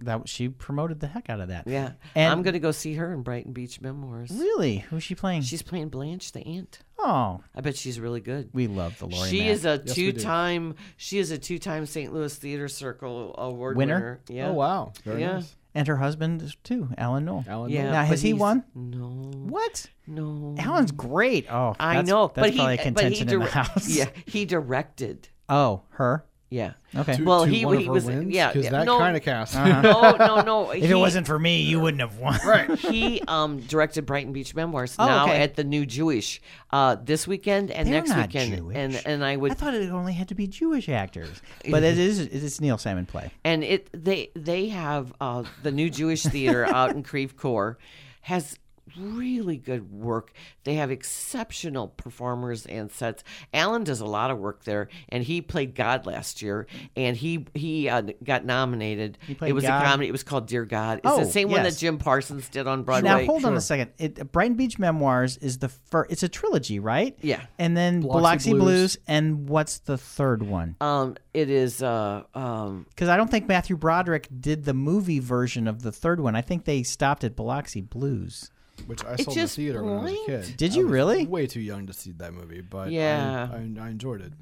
That she promoted the heck out of that.
Yeah.
And-
I'm going to go see her in Brighton Beach Memoirs.
Really? Who's she playing?
She's playing Blanche the Ant.
oh,
I bet she's really good.
we love the Lori.
she
Mack.
is a
Yes, we do.
two-time. She is a two-time St. Louis Theater Circle award
Winner?
winner. Yeah.
Oh wow, very
Yeah.
nice.
and her husband is too, Alan Knoll.
Alan
Yeah.
Moore.
Now,
but
has he
he's-
won?
No.
What?
No.
Alan's great. Oh,
I
that's-
know.
That's
but
probably
he.
a
but he
contention in the
direct-
house.
Yeah. He directed.
Oh, her.
Yeah.
Okay.
To-
Well,
to
he-
one
he
of her
was-
wins?
yeah,
'Cause
yeah,
that
no.
kind of cast.
No. No. No.
if it wasn't for me, you wouldn't have won. Right.
he um, directed Brighton Beach Memoirs
Oh,
now
okay.
at the New Jewish uh, this weekend and
They're
next
not
weekend
Jewish.
and and I would
I thought it only had to be Jewish actors, but it is it's Neil Simon play.
and it they they have uh, the new Jewish theater out in Creve Coeur has really good work. They have exceptional performers and sets. Alan does a lot of work there, and he played God last year, and he he uh, got nominated.
played
it was
God?
a comedy. It was called Dear God. It's
Oh,
the same one
yes.
that Jim Parsons did on Broadway.
Now hold on a second. It, Brighton Beach Memoirs is the first. It's a trilogy, right?
Yeah.
And then Biloxi,
Biloxi
Blues.
Blues.
and what's the third one?
Um, it is uh um
Because I don't think Matthew Broderick did the movie version of the third one. I think they stopped at Biloxi Blues.
which I saw in the
just
theater when I was a
blinked.
kid.
Did
I
you
was
really?
Way too young to see that movie, but I-
Yeah.
I, I, enjoyed it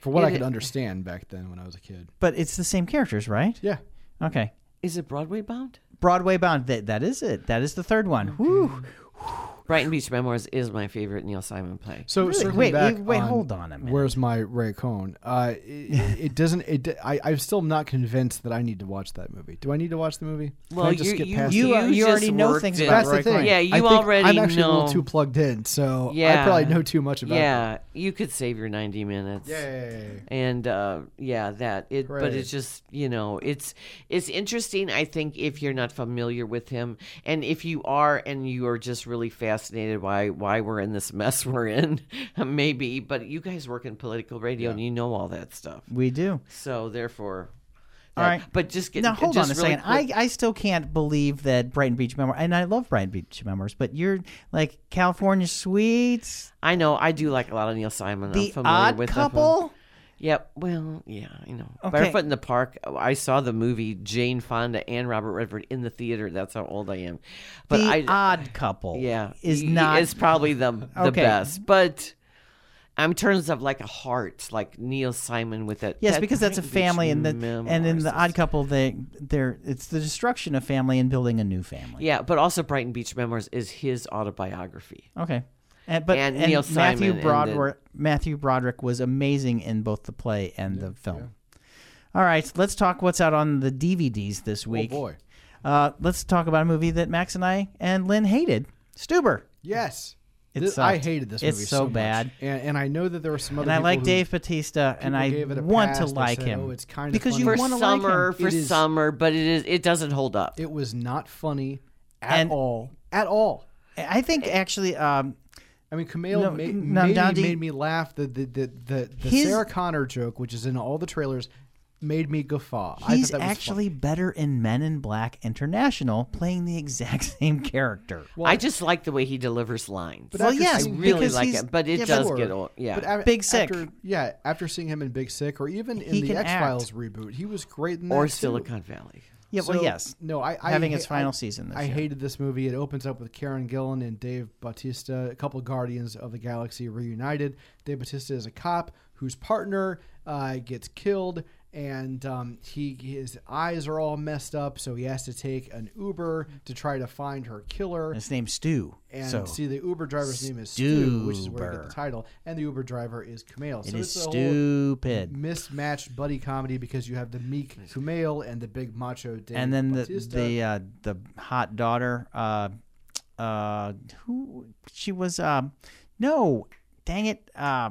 for what I
It-
could understand back then when I was a kid.
But it's the same characters, right?
Yeah,
Okay.
is it Broadway bound?
Broadway Bound. That, that is it. That is the third one.
Mm-hmm.
Whew.
Brighton Beach Memoirs is my favorite Neil Simon play.
So
Really?
circling
Wait,
back
wait, wait, hold on a minute.
Where's my Ray Cone? Uh, it, it doesn't. It. I. I'm still not convinced that I need to watch that movie. Do I need to watch the movie? Can
Well,
I just
you-
skip
you-
past
You,
it?
You
you already
just
know
worked
things
it.
about
That's
Roy
the thing.
Coyne.
Yeah, you
I think
already
I'm actually a little
know.
too plugged in, so I
Yeah.
probably know too much about. Oh, it.
yeah, you could save your 90 minutes.
Yay.
And uh, yeah, that it, but
Hooray.
it's just you know, it's it's interesting. I think if you're not familiar with him, and if you are, and you are just really fascinated why why we're in this mess we're in, maybe. But you guys work in political radio, and you know all that stuff.
We do.
So therefore,
All
that-
right.
But just get
Now hold on a
just really
second.
quick-
I, I still can't believe that Brighton Beach Memoir, and I love Brighton Beach Memoirs, but you're like California Sweets,
I know I do like a lot of Neil Simon. I'm
The
familiar
Odd
with that one.
Couple,
Yep. Well, yeah, you know. Barefoot in the Park. I saw the movie Jane Fonda and Robert Redford in the theater. That's how old I am. But
the
I
Odd Couple
yeah,
is
he
not
is probably the the
Okay.
best. But in terms of like a heart, like Neil Simon with that.
Yes,
that
because that's a
Pine Beach
family, and the and in
Memoirs
the Odd Couple, they they're it's the destruction of family and building a new family.
Yeah, but also Brighton Beach Memoirs is his autobiography.
Okay, and, but
And
and,
Neil Simon
Matthew
and the-
Broderick Matthew Broderick was amazing in both the play and the film. All right, let's talk what's out on the DVDs this
Oh
week.
boy.
Uh, let's talk about a movie that Max and I and Lynn hated, Stuber.
Yes.
It
This- I
sucked.
hated this movie.
It's so
much.
bad.
And, and I know that there were some other.
And I
people
like
who-
Dave Batista, and
people
I
gave it a
want
pass.
to
They
like
said,
him
"Oh, it's kind of
because you
For
funny."
want to like
summer,
him.
for
It is-
summer, but it is it doesn't hold up.
It was not funny at
And-
all. At all.
I
eh,
think actually, um,
I mean, Camille
No,
ma-
n-
maybe
Namdadi-
made me laugh. The the the, the, the
His-
Sarah Connor joke, which is in all the trailers, made me guffaw. I thought
he's
that was
actually
funny.
better in Men in Black International, playing the exact same character.
I just like the way he delivers lines.
well,
after
yes,
I
seeing-
really
because
like
he's-
it, but it
yeah,
does
sure.
get old. Yeah.
But a-
Big Sick.
After, yeah, after seeing him in Big Sick, or even in
He
the
can
X
act.
Files reboot, he was great in that
or
too.
Silicon Valley.
Yeah, well,
So,
yes.
No, I, I
Having
ha-
its final
I-
season this
I
year.
hated this movie. It opens up with Karen Gillan and Dave Bautista, a couple Guardians of the Galaxy reunited. Dave Bautista is a cop whose partner uh, gets killed, and um, he his eyes are all messed up, so he has to take an Uber to try to find her killer.
His name's Stu.
and
so
see, the Uber driver's name is Stu, which is where you get
Stuber.
the title, and the Uber driver is Kumail.
it
so
is
it's a whole
stupid.
mismatched buddy comedy because you have the meek Kumail and the big macho Dave
and then the
Bautista.
the uh, the hot daughter, uh, uh, who she was. Uh, no, dang it. Uh,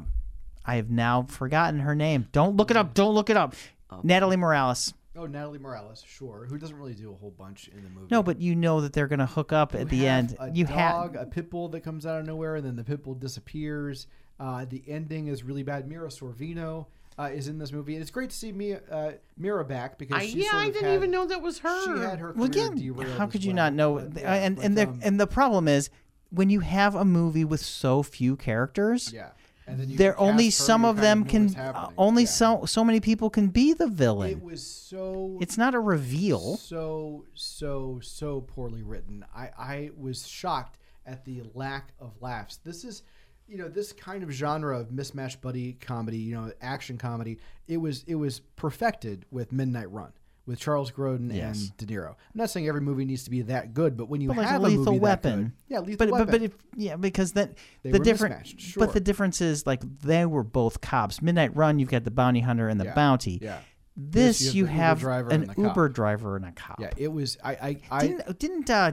I have now forgotten her name. Don't look it up. Don't look it up. Natalie Morales.
Oh, Natalie Morales, sure. Who doesn't really do a whole bunch in the movie.
No, but you know that they're gonna hook up at the
have
end.
a
you
dog,
have
a pit bull that comes out of nowhere, and then the pit bull disappears. Uh, the ending is really bad. Mira Sorvino uh, is in this movie, and it's great to see Mia, uh, Mira back because she
yeah,
sort
I
of
didn't
had-
even know that was her.
she had her
well,
career
again.
derailed
How
as
could you
well.
not know?
But, yeah,
and
but,
and the
um,
and the problem is when you have a movie with so few characters.
yeah, and then you
There
cast
only
her,
some
you
of
kind
them
know
can uh,
what's happening.
only
Yeah.
so so many people can be the villain.
It was so
It's not a reveal.
so so so poorly written i i was shocked at the lack of laughs this is you know this kind of genre of mismatched buddy comedy you know action comedy it was it was perfected with midnight run with charles grodin
Yes.
and de niro i'm not saying every movie needs to be that good but when you
But like
have
a lethal
movie that
weapon.
good- yeah lethal
but,
weapon
But, but if, yeah, because that
They
the
were
different.
mismatched,
But the
sure.
difference is like they were both cops. Midnight Run, you've got the bounty hunter and the
Yeah,
bounty.
yeah.
This,
This,
you
you
have,
have
an
the Uber driver and the cop.
Uber driver and a cop.
yeah it was i i, I
didn't didn't uh,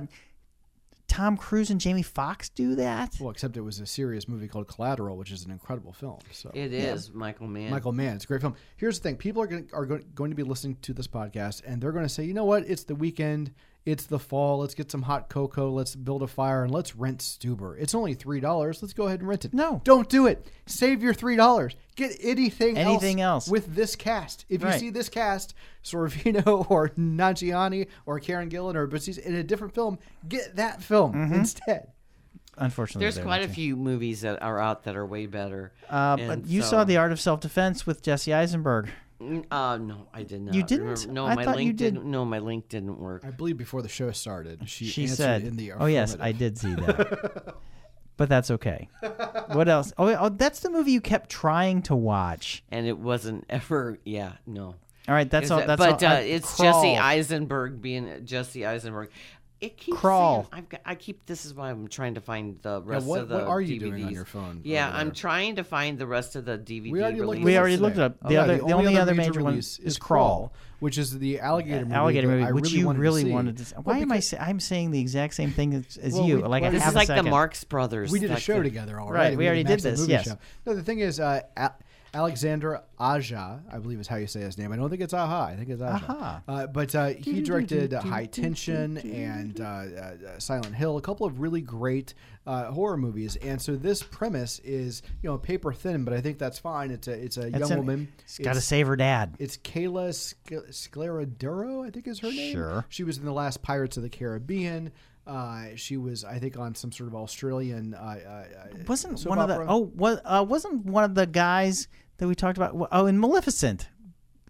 Tom Cruise and Jamie Foxx do that?
well except it was a serious movie called collateral which is an incredible film so
It is Michael Mann.
Michael Mann. It's a great film. Here's the thing: people are going are go- going to be listening to this podcast, and they're going to say, you know what? It's the weekend. It's the fall. Let's get some hot cocoa. Let's build a fire and let's rent Stuber. It's only three dollars. Let's go ahead and rent it.
No.
don't do it. Save your three dollars. Get anything
Anything else.
with this cast. If
Right.
you see this cast, Sorvino or Nanjiani or Karen Gillan or Batista in a different film, get that film
Mm-hmm.
instead.
Unfortunately,
There's
they
quite a
went to.
few movies that are out that are way better.
Uh, but
And
you
so-
saw The Art of Self Defense with Jesse Eisenberg.
Mm, Uh, no, I did not.
You didn't?
remember- No,
I
my
thought
link
you did.
not No, my link didn't work.
I believe before the show started, she,
She
answered
said,
in the
"Oh yes, I
affirmative.
did see that." but that's okay. What else? Oh, oh, that's the movie you kept trying to watch.
And it wasn't ever. Yeah, no.
All right, that's
Is
all.
that-
That's
but
all.
uh,
I-
it's
Crawl.
Jesse Eisenberg being Jesse Eisenberg. It keeps
Crawl.
saying- I've got, I keep. This is why I'm trying to find the rest
what-
of the
what are you
DVDs.
doing on your phone
Yeah,
over
I'm
there?
trying to find the rest of the DVD.
We already looked.
releases.
We
at this
already
today.
looked it up. The
Yeah,
other- the only other major one
release
is Crawl.
which is the alligator movie.
alligator
that
movie,
I
which
really
you
wanted
really
to see.
wanted to. See. Why
Well,
am I?
because
Say, I'm saying the exact same thing as, as
Well,
you.
we-
like I
well,
This
have
is like
a
the
second.
Marx Brothers.
We did a
type
show
thing.
together already.
Right, we already
Max
did
the
this,
Movie
yes.
Show. No, the thing is, uh, A- Alexandra Aja, I believe is how you say his name. I don't think it's Aha. I think it's Aja.
Aha.
Uh, but uh, he directed uh, High Tension and uh, uh, uh, Silent Hill, a couple of really great uh, horror movies. And so this premise is, you know, paper thin, but I think that's fine. It's a it's a
That's
young
an-
woman.
She's got to
It's-
save her dad.
It's Kayla Sc- Sclerodero, I think is her name.
Sure.
She was in the last Pirates of the Caribbean. Uh, she was, I think, on some sort of Australian. Uh, uh, uh,
Wasn't
soap
one of the
opera.
oh was uh, wasn't one of the guys that we talked about? Oh, and Maleficent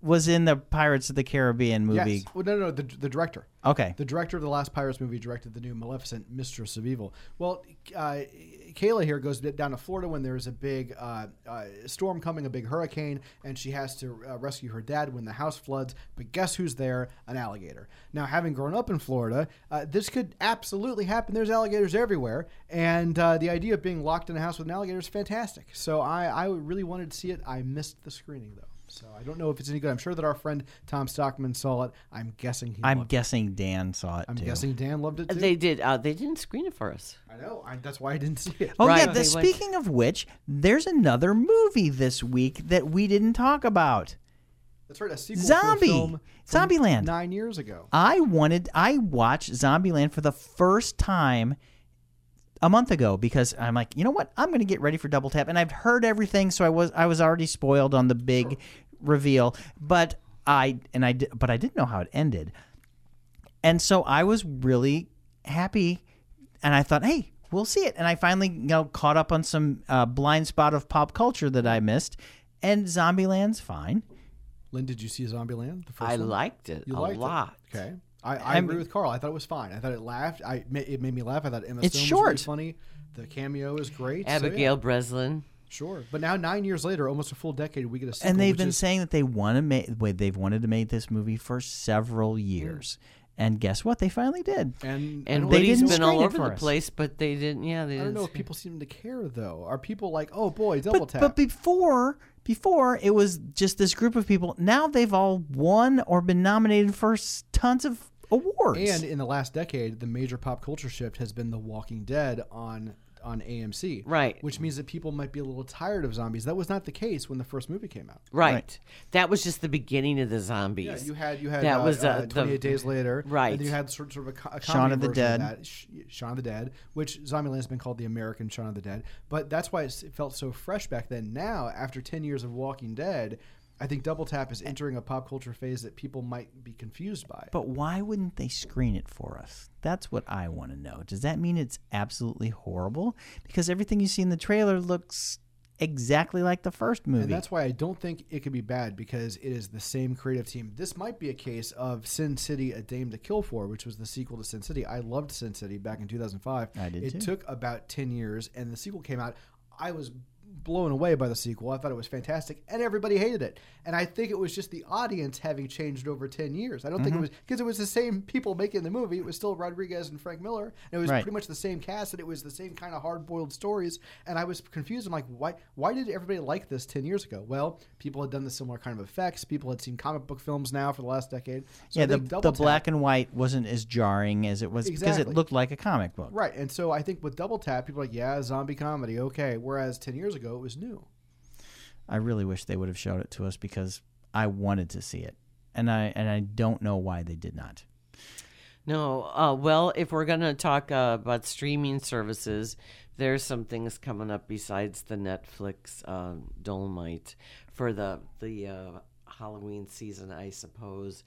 was in the Pirates of the Caribbean movie.
Yes. Well, no, no, no, the, the director.
Okay.
The director of the last Pirates movie directed the new Maleficent, Mistress of Evil. Well, uh, Kayla here goes down to Florida when there's a big uh, uh, storm coming, a big hurricane, and she has to uh, rescue her dad when the house floods. But guess who's there? An alligator. Now, having grown up in Florida, uh, this could absolutely happen. There's alligators everywhere, and uh, the idea of being locked in a house with an alligator is fantastic. So I, I really wanted to see it. I missed the screening though. So I don't know if it's any good. I'm sure that our friend Tom Stockman saw it. I'm guessing he.
I'm
loved
guessing Dan saw it
it. I'm
too.
guessing Dan loved it too.
They did. Uh, they didn't screen it for us.
I know. I, that's why I didn't see it.
Oh
Right.
yeah.
They
The,
went-
speaking of which, there's another movie this week that we didn't talk about.
That's right. A sequel
Zombie.
to a film from
Zombieland.
nine years ago.
I wanted I watched Zombieland for the first time a month ago because I'm like, you know what? I'm going to get ready for Double Tap and I've heard everything so I was I was already spoiled on the big reveal, but I and I di- but I didn't know how it ended. And so I was really happy and I thought, "Hey, we'll see it." And I finally you know, caught up on some uh, blind spot of pop culture that I missed and Zombieland's fine.
Lynn, did you see Zombieland? The first
I
one?
liked it
You
a
liked it.
lot.
Okay. I, I agree with Carl. I thought it was fine. I thought it laughed. I ma- it made me laugh. I thought Emma
It's
Stone
short.
was really funny. The cameo is great. So, yeah,
Abigail Breslin.
sure. But now nine years later, almost a full decade, we get a sequel.
and they've
which
been
is-
saying that they want to make wait, they've wanted to make this movie for several years and guess what they finally did
and I
And
don't
they
Woody's
didn't
been all
screen it
over
for
the
us.
place, but they didn't. Yeah, they
I don't
didn't.
know if
screen-
people seem to care though. Are people like, oh boy, double
but,
tap?
but before before it was just this group of people now they've all won or been nominated for s- tons of awards
and in the last decade, the major pop culture shift has been The Walking Dead on on AMC.
Right.
Which means that people might be a little tired of zombies. That was not the case when the first movie came out.
Right. That was just the beginning of the zombies.
Yeah, you had you had
that
uh,
was
uh,
uh, the-
28 days later,
Right.
And then you had sort, sort of a, co- a comedy
Shaun of the
version
Dead.
that, Sh- Shaun of the Dead, which Zombieland's been called the American Shaun of the Dead, but that's why it's- it felt so fresh back then. Now, after 10 years of Walking Dead, I think Double Tap is entering a pop culture phase that people might be confused by.
but why wouldn't they screen it for us that's what i want to know does that mean it's absolutely horrible because everything you see in the trailer looks exactly like the first movie
and that's why I don't think it could be bad because it is the same creative team. This might be a case of Sin City: A Dame to Kill For, which was the sequel to Sin City. I loved Sin City back in 2005.
I did
It
too.
took about 10 years, and the sequel came out. I was blown away by the sequel. I thought it was fantastic, and everybody hated it. And I think it was just the audience having changed over 10 years. I don't
Mm-hmm.
think it was because it was the same people making the movie. It was still Rodriguez and Frank Miller, and it was
Right.
pretty much the same cast, and it was the same kind of hard-boiled stories. And I was confused. I'm like, why? Why did everybody like this 10 years ago? Well, people had done the similar kind of effects. People had seen comic book films now for the last decade. So
yeah,
I
the,
think Double
the
Tap-
black and white wasn't as jarring as it was because
Exactly.
it looked like a comic book.
Right, and so I think with Double Tap, people are like, yeah, zombie comedy, okay. Whereas 10 years ago, it was new.
I really wish they would have showed it to us because I wanted to see it, and I and I don't know why they did not.
No, uh, well, if we're going to talk uh, about streaming services, there's some things coming up besides the Netflix uh, Dolomite for the the uh, Halloween season, I suppose.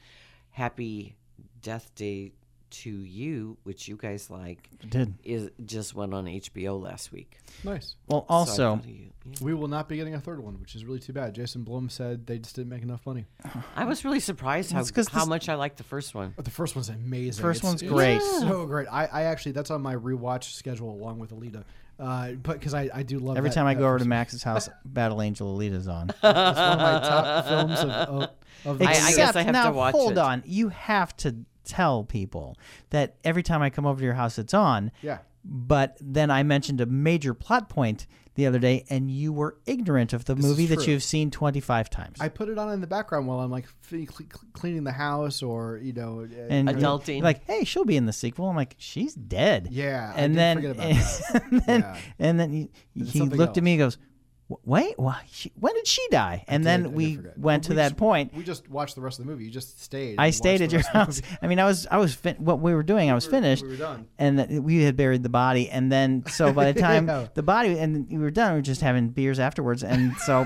Happy Death Day to you, which you guys like,
did
is just went on HBO last week.
Nice.
well.
So I
Also,
thought of you. Yeah.
We will not be getting a third one, which is really too bad. Jason Blum said they just didn't make enough money.
I was really surprised how
'cause
how
this-
much I liked the first one.
But Oh, the first one's amazing.
First
It's-
one's
it's
great.
So great. I, I actually, that's on my rewatch schedule along with Alita. Uh, but because I, I do love
every
that-
time I
that
go over to
first-
Max's house, Battle Angel Alita's on.
it's one of my top films of, of, of the
I-
Except
guess I have to
now,
watch
hold
it.
on, you have to tell people that every time I come over to your house, it's on.
Yeah.
But then I mentioned a major plot point the other day, and you were ignorant of the movie that
true.
you've seen twenty five times.
I put it on in the background while I'm like f- cle- cleaning the house or you know. uh,
and
kind of-
Adulting.
you're like, hey, she'll be in the sequel. I'm like, she's dead.
Yeah, I
and
did
then,
forget about
and, then
Yeah.
and then he, he
something
looked at
else.
me and goes, "Wh- wait, why? She, when did she die? And
did-
then
I did
we
forget.
went to
We
that
just-
point.
we just watched the rest of the movie. You just stayed.
I
and watched
stayed
the
at your
rest of the
house. I mean, I was, I was, fin- what we were doing, I was finished,
we were done.
and that we had buried the body. And then, so by the time
Yeah.
the body and we were done, we were uh, just having beers afterwards. And so,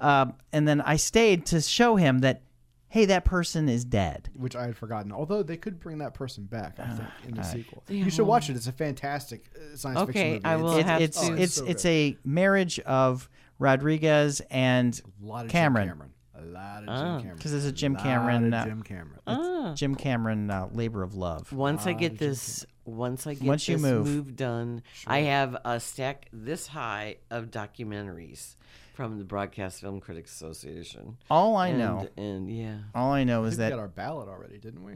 um, and then I stayed to show him that, hey, that person is dead.
which I had forgotten. Although they could bring that person back, I think, in the sequel. You should watch it. It's a fantastic uh, science fiction
Okay,
movie.
I
It's-
will
It's
have
it's
to.
it's
it's,
so
it's
good.
a marriage of Rodriguez and
A lot of
Cameron.
Jim Cameron. A lot of
Oh,
Jim Cameron.
because it's a Jim
Lot
Cameron
of
uh,
Jim Cameron.
Ah.
Jim Cameron uh, labor of love.
Once I get this, once I get
Once you
this
move.
move done, I have a stack this high of documentaries from the Broadcast Film Critics Association.
All I
and,
know,
and yeah,
all I know is
we
that
got our ballot already, didn't we?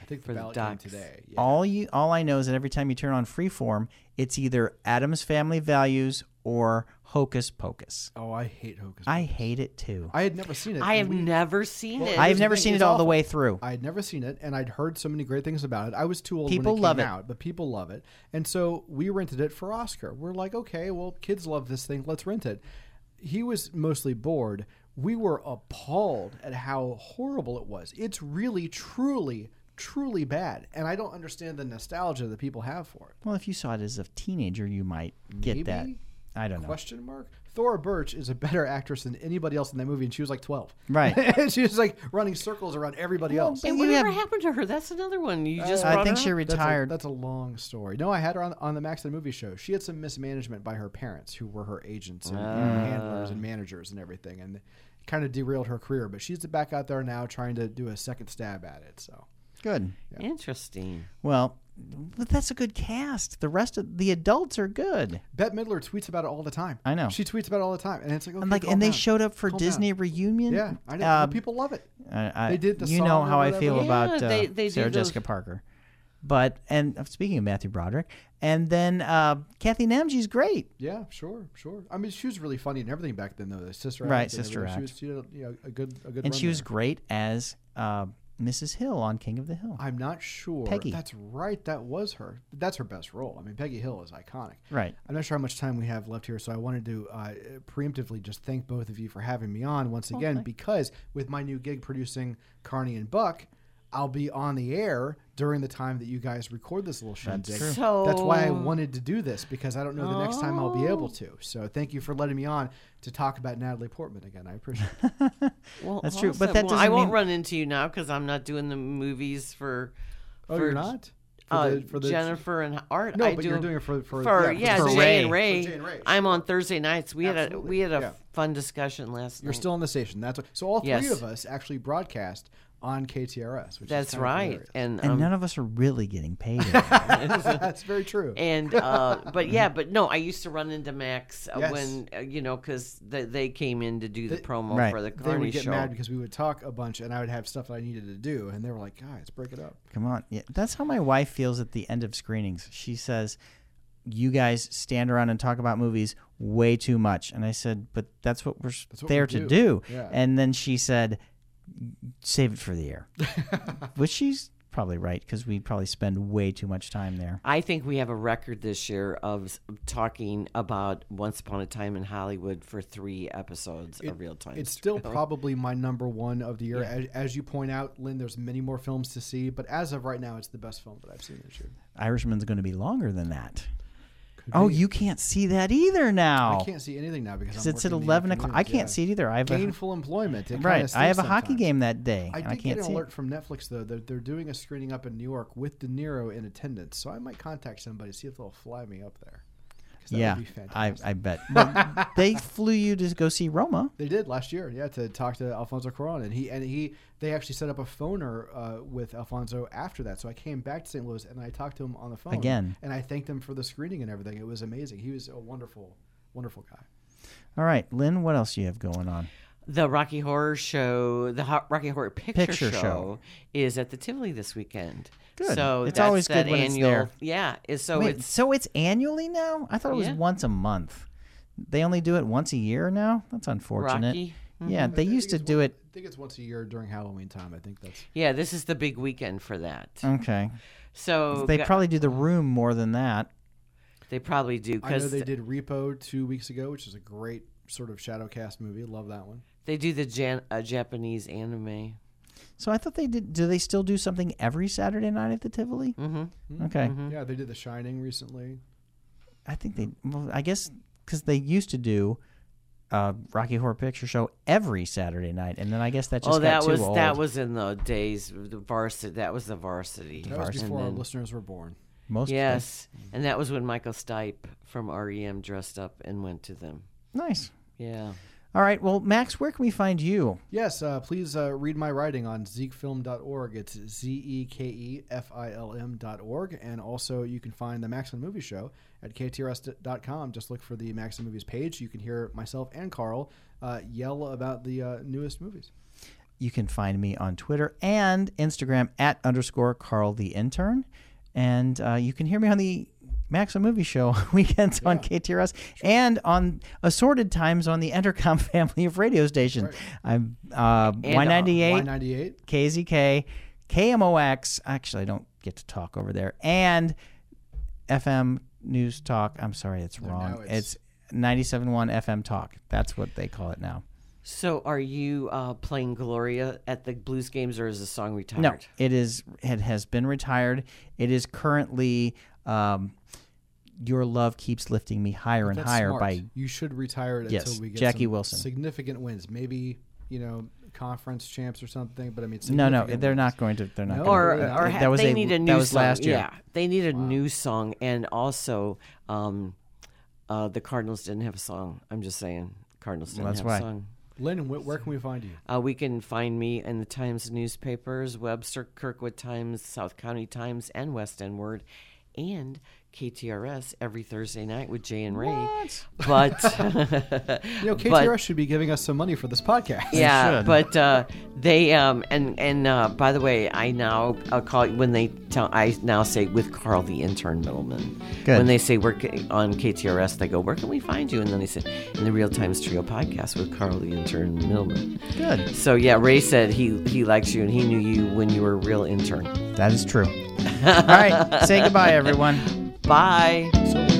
I think
For
the
the
ballot came
docs.
today. Yeah.
all you all I know is that every time you turn on Freeform, it's either Adam's Family Values or Hocus Pocus.
Oh, I hate Hocus.
I hate it too.
I had never seen it.
I
and
have
we-
never seen
Well,
it.
I-
I've
here's the
never
thing,
seen it
it's
all the
awful.
way through.
I had never seen it, and I'd heard so many great things about it. I was too old
People
when it
love
came
it.
out, but people love it. And so we rented it for Oscar. We're like, okay, well, kids love this thing. Let's rent it. He was mostly bored. We were appalled at how horrible it was. It's really, truly, truly bad. And I don't understand the nostalgia that people have for it.
Well, if you saw it as a teenager, you might get that.
Maybe?
I don't know.
Question mark? Thora Birch is a better actress than anybody else in that movie, and she was like 12.
Right.
and she was like running circles around everybody else.
and
you
whatever
have- Uh,
happened to her? That's another one you just.
I
brought
think
her
she
up.
That's a-
retired.
That's a, long story. No, I had her on, on the Max and Movie Show. She had some mismanagement by her parents, who were her agents and,
Ah.
and handlers and managers and everything, and kind of derailed her career. But she's back out there now, trying to do a second stab at it. So
Good.
Interesting.
Well, but that's a good cast. The rest of the adults are good.
Bette Midler tweets about it all the time.
I know.
she tweets about it all the time, and it's like, okay,
And like,
calm
and they
down.
showed up for
Calm down.
Disney reunion.
Yeah, I know.
Uh,
people love it.
I, I-
They did the
you know
song or
how I
whatever.
feel
Yeah,
about uh,
they- they do
Sarah
those-
Jessica Parker. But and uh, speaking of Matthew Broderick, and then uh, Kathy Namji's great.
Yeah, sure, sure. I mean, she was really funny and everything back then, though. The sister,
Right,
act and
Sister
everything.
Act.
She was, she did a, you know, a good, a good.
and
run
she was
there.
great as uh, Mrs. Hill on King of the Hill.
I'm not sure.
Peggy.
That's right. That was her. That's her best role. I mean, Peggy Hill is iconic.
Right.
I'm not sure how much time we have left here, so I wanted to uh, preemptively just thank both of you for having me on once again because with my new gig producing Carney and Buck, I'll be on the air during the time that you guys record this little shindig.
true.
So-
That's why I wanted to do this because I don't know the next time I'll be able to. So thank you for letting me on to talk about Natalie Portman again. I appreciate it.
Well,
That's true, but
awesome.
that
Well, I
doesn't
won't
mean-
run into you now because I'm not doing the movies for.
Oh,
for
you're not? For
uh,
the- for the-
Jennifer and Art.
No,
I
but
do
you're
them
doing it for- for- yeah,
for
for
yeah,
the- For
Jay,
Ray.
and Ray.
For Jay and Ray,
I'm on Thursday nights. We had a
Absolutely,
we had a
yeah.
fun discussion last
You're
night.
still on the station. That's what, so all three
Yes.
of us actually broadcast on KTRS. Which is
That's
kind of
right,
hilarious.
and
and
um,
none of us are really getting paid. anymore.
That's very true.
and uh, but yeah, but no, I used to run into Max uh,
Yes.
when uh, you know because they, they came in to do the promo
Right.
for the
they
Carney
would get
show.
mad because we would talk a bunch and I would have stuff that I needed to do and they were like, guys, break it up.
Come on, yeah, that's how my wife feels at the end of screenings. She says, "You guys stand around and talk about movies way too much," and I said, "But that's what we're s-
what
there
we
to do."
do. Yeah.
And then she said, "Save it for the air," which she's probably right because we probably spend way too much time there.
I think we have a record this year of s- talking about Once Upon a Time in Hollywood for three episodes of real time.
It's still probably my number one of the year. As, as you point out, Lynn, there's many more films to see, but as of right now, it's the best film that I've seen this year.
Irishman's going to be longer than that. Oh, you can't see that either now.
I can't see anything now because
Oh.
I'm
it's at
working in the
eleven o'clock. I
afternoons,
can't
yeah.
see it either. I have a,
Gainful employment. It kinda
right. I have a
stinks
hockey
sometimes.
game that day,
I
and
did
I can't
get an
see. it.
alert from Netflix though that they're doing a screening up in New York with De Niro in attendance, so I might contact somebody see if they'll fly me up there. 'Cause that would
yeah,
be fantastic.
I, I bet. But they flew you to go see Roma.
They did last year, yeah, to talk to Alfonso Cuarón, and he and he they actually set up a phoner uh, with Alfonso after that. So I came back to St. Louis and I talked to him on the phone
Again.
and I thanked him for the screening and everything. It was amazing. He was a wonderful, wonderful guy.
All right, Lynn, what else do you have going on?
the Rocky Horror Show, the Ho- Rocky Horror Picture,
Picture
show,
Show.
is at the Tivoli this weekend.
Good.
So
It's
that's
always good
that
when it's
annual,
there.
Yeah. it's- So
Wait,
Oh, it's
so it's annually now? I thought it was
Yeah.
once a month. They only do it once a year now. That's unfortunate.
Rocky. Mm-hmm.
Yeah, they used to do it.
I think it's once a year during Halloween time. I think that's
Yeah, this is the big weekend for that.
Okay,
So
Uh, they
gu-
probably do the room more than that.
they probably do
I know
because
they did Repo two weeks ago, which is a great sort of shadow cast movie. Love that one.
they do the Jan- uh, Japanese anime.
So I thought they did. Do they still do something every Saturday night at the Tivoli? Mm-hmm. Okay,
Yeah, they did The Shining recently.
I think they. Well, I guess because they used to do uh, Rocky Horror Picture Show every Saturday night, and then I guess that just
oh,
got
that
too
was
old.
that was in the days the varsity. That was the varsity.
That was
And
before our
then-
listeners were born.
Most
Yes, and that was when Michael Stipe from REM dressed up and went to them.
nice.
Yeah.
All right, well, Max, where can we find you?
Yes, uh, please uh, read my writing on zekefilm.org. It's Z E K E F I L M.org. And also, you can find the Maxim Movie Show at KTRS.com. Just look for the Maxim Movies page. You can hear myself and Carl uh, yell about the uh, newest movies.
You can find me on Twitter and Instagram at underscore Carl the Intern, and uh, you can hear me on the Maxim Movie Show weekends on KTRS and on assorted times on the Entercom family of radio stations. I'm uh, Y ninety eight.
Y98.
KZK, KMOX. Actually, I don't get to talk over there. And FM News Talk. I'm sorry, it's wrong. it's,
it's-
97.1 FM Talk. That's what they call it now.
So, are you uh, playing Gloria at the blues games, or is the song retired?
No, it is. It has been retired. It is currently. Um, your love keeps lifting me higher and
That's
higher
smart.
by
you should retire it
Yes,
until we get
Jackie
some
Wilson.
significant wins. Maybe you know conference champs or something. But I mean,
no no
significant
they're
wins.
not going to they're not
No.
going
Or,
to,
or ha-
that was
they
a,
need a new
that was
song.
last year
Yeah, they need a new song, and also um, uh, the Cardinals didn't have a song. I'm just saying, Cardinals didn't
that's
have
why.
a song.
Lynn, wh- where can we find you?
Uh, we can find me in the Times newspapers, Webster, Kirkwood Times, South County Times, and West End Word, and KTRS every Thursday night with Jay and Ray. But
You know, KTRS
But-
should be giving us some money for this podcast.
yeah,
should.
but uh, they um and and uh, by the way, I now I'll call when they tell I now say with Carl the intern middleman.
Good.
When they say we're ca- on KTRS, they go, "Where can we find you?" And then they said, "In the Real Times Trio podcast with Carl the intern middleman."
good
So yeah, Ray said he he likes you and he knew you when you were a real intern.
that is true all right say goodbye everyone
Bye.
So-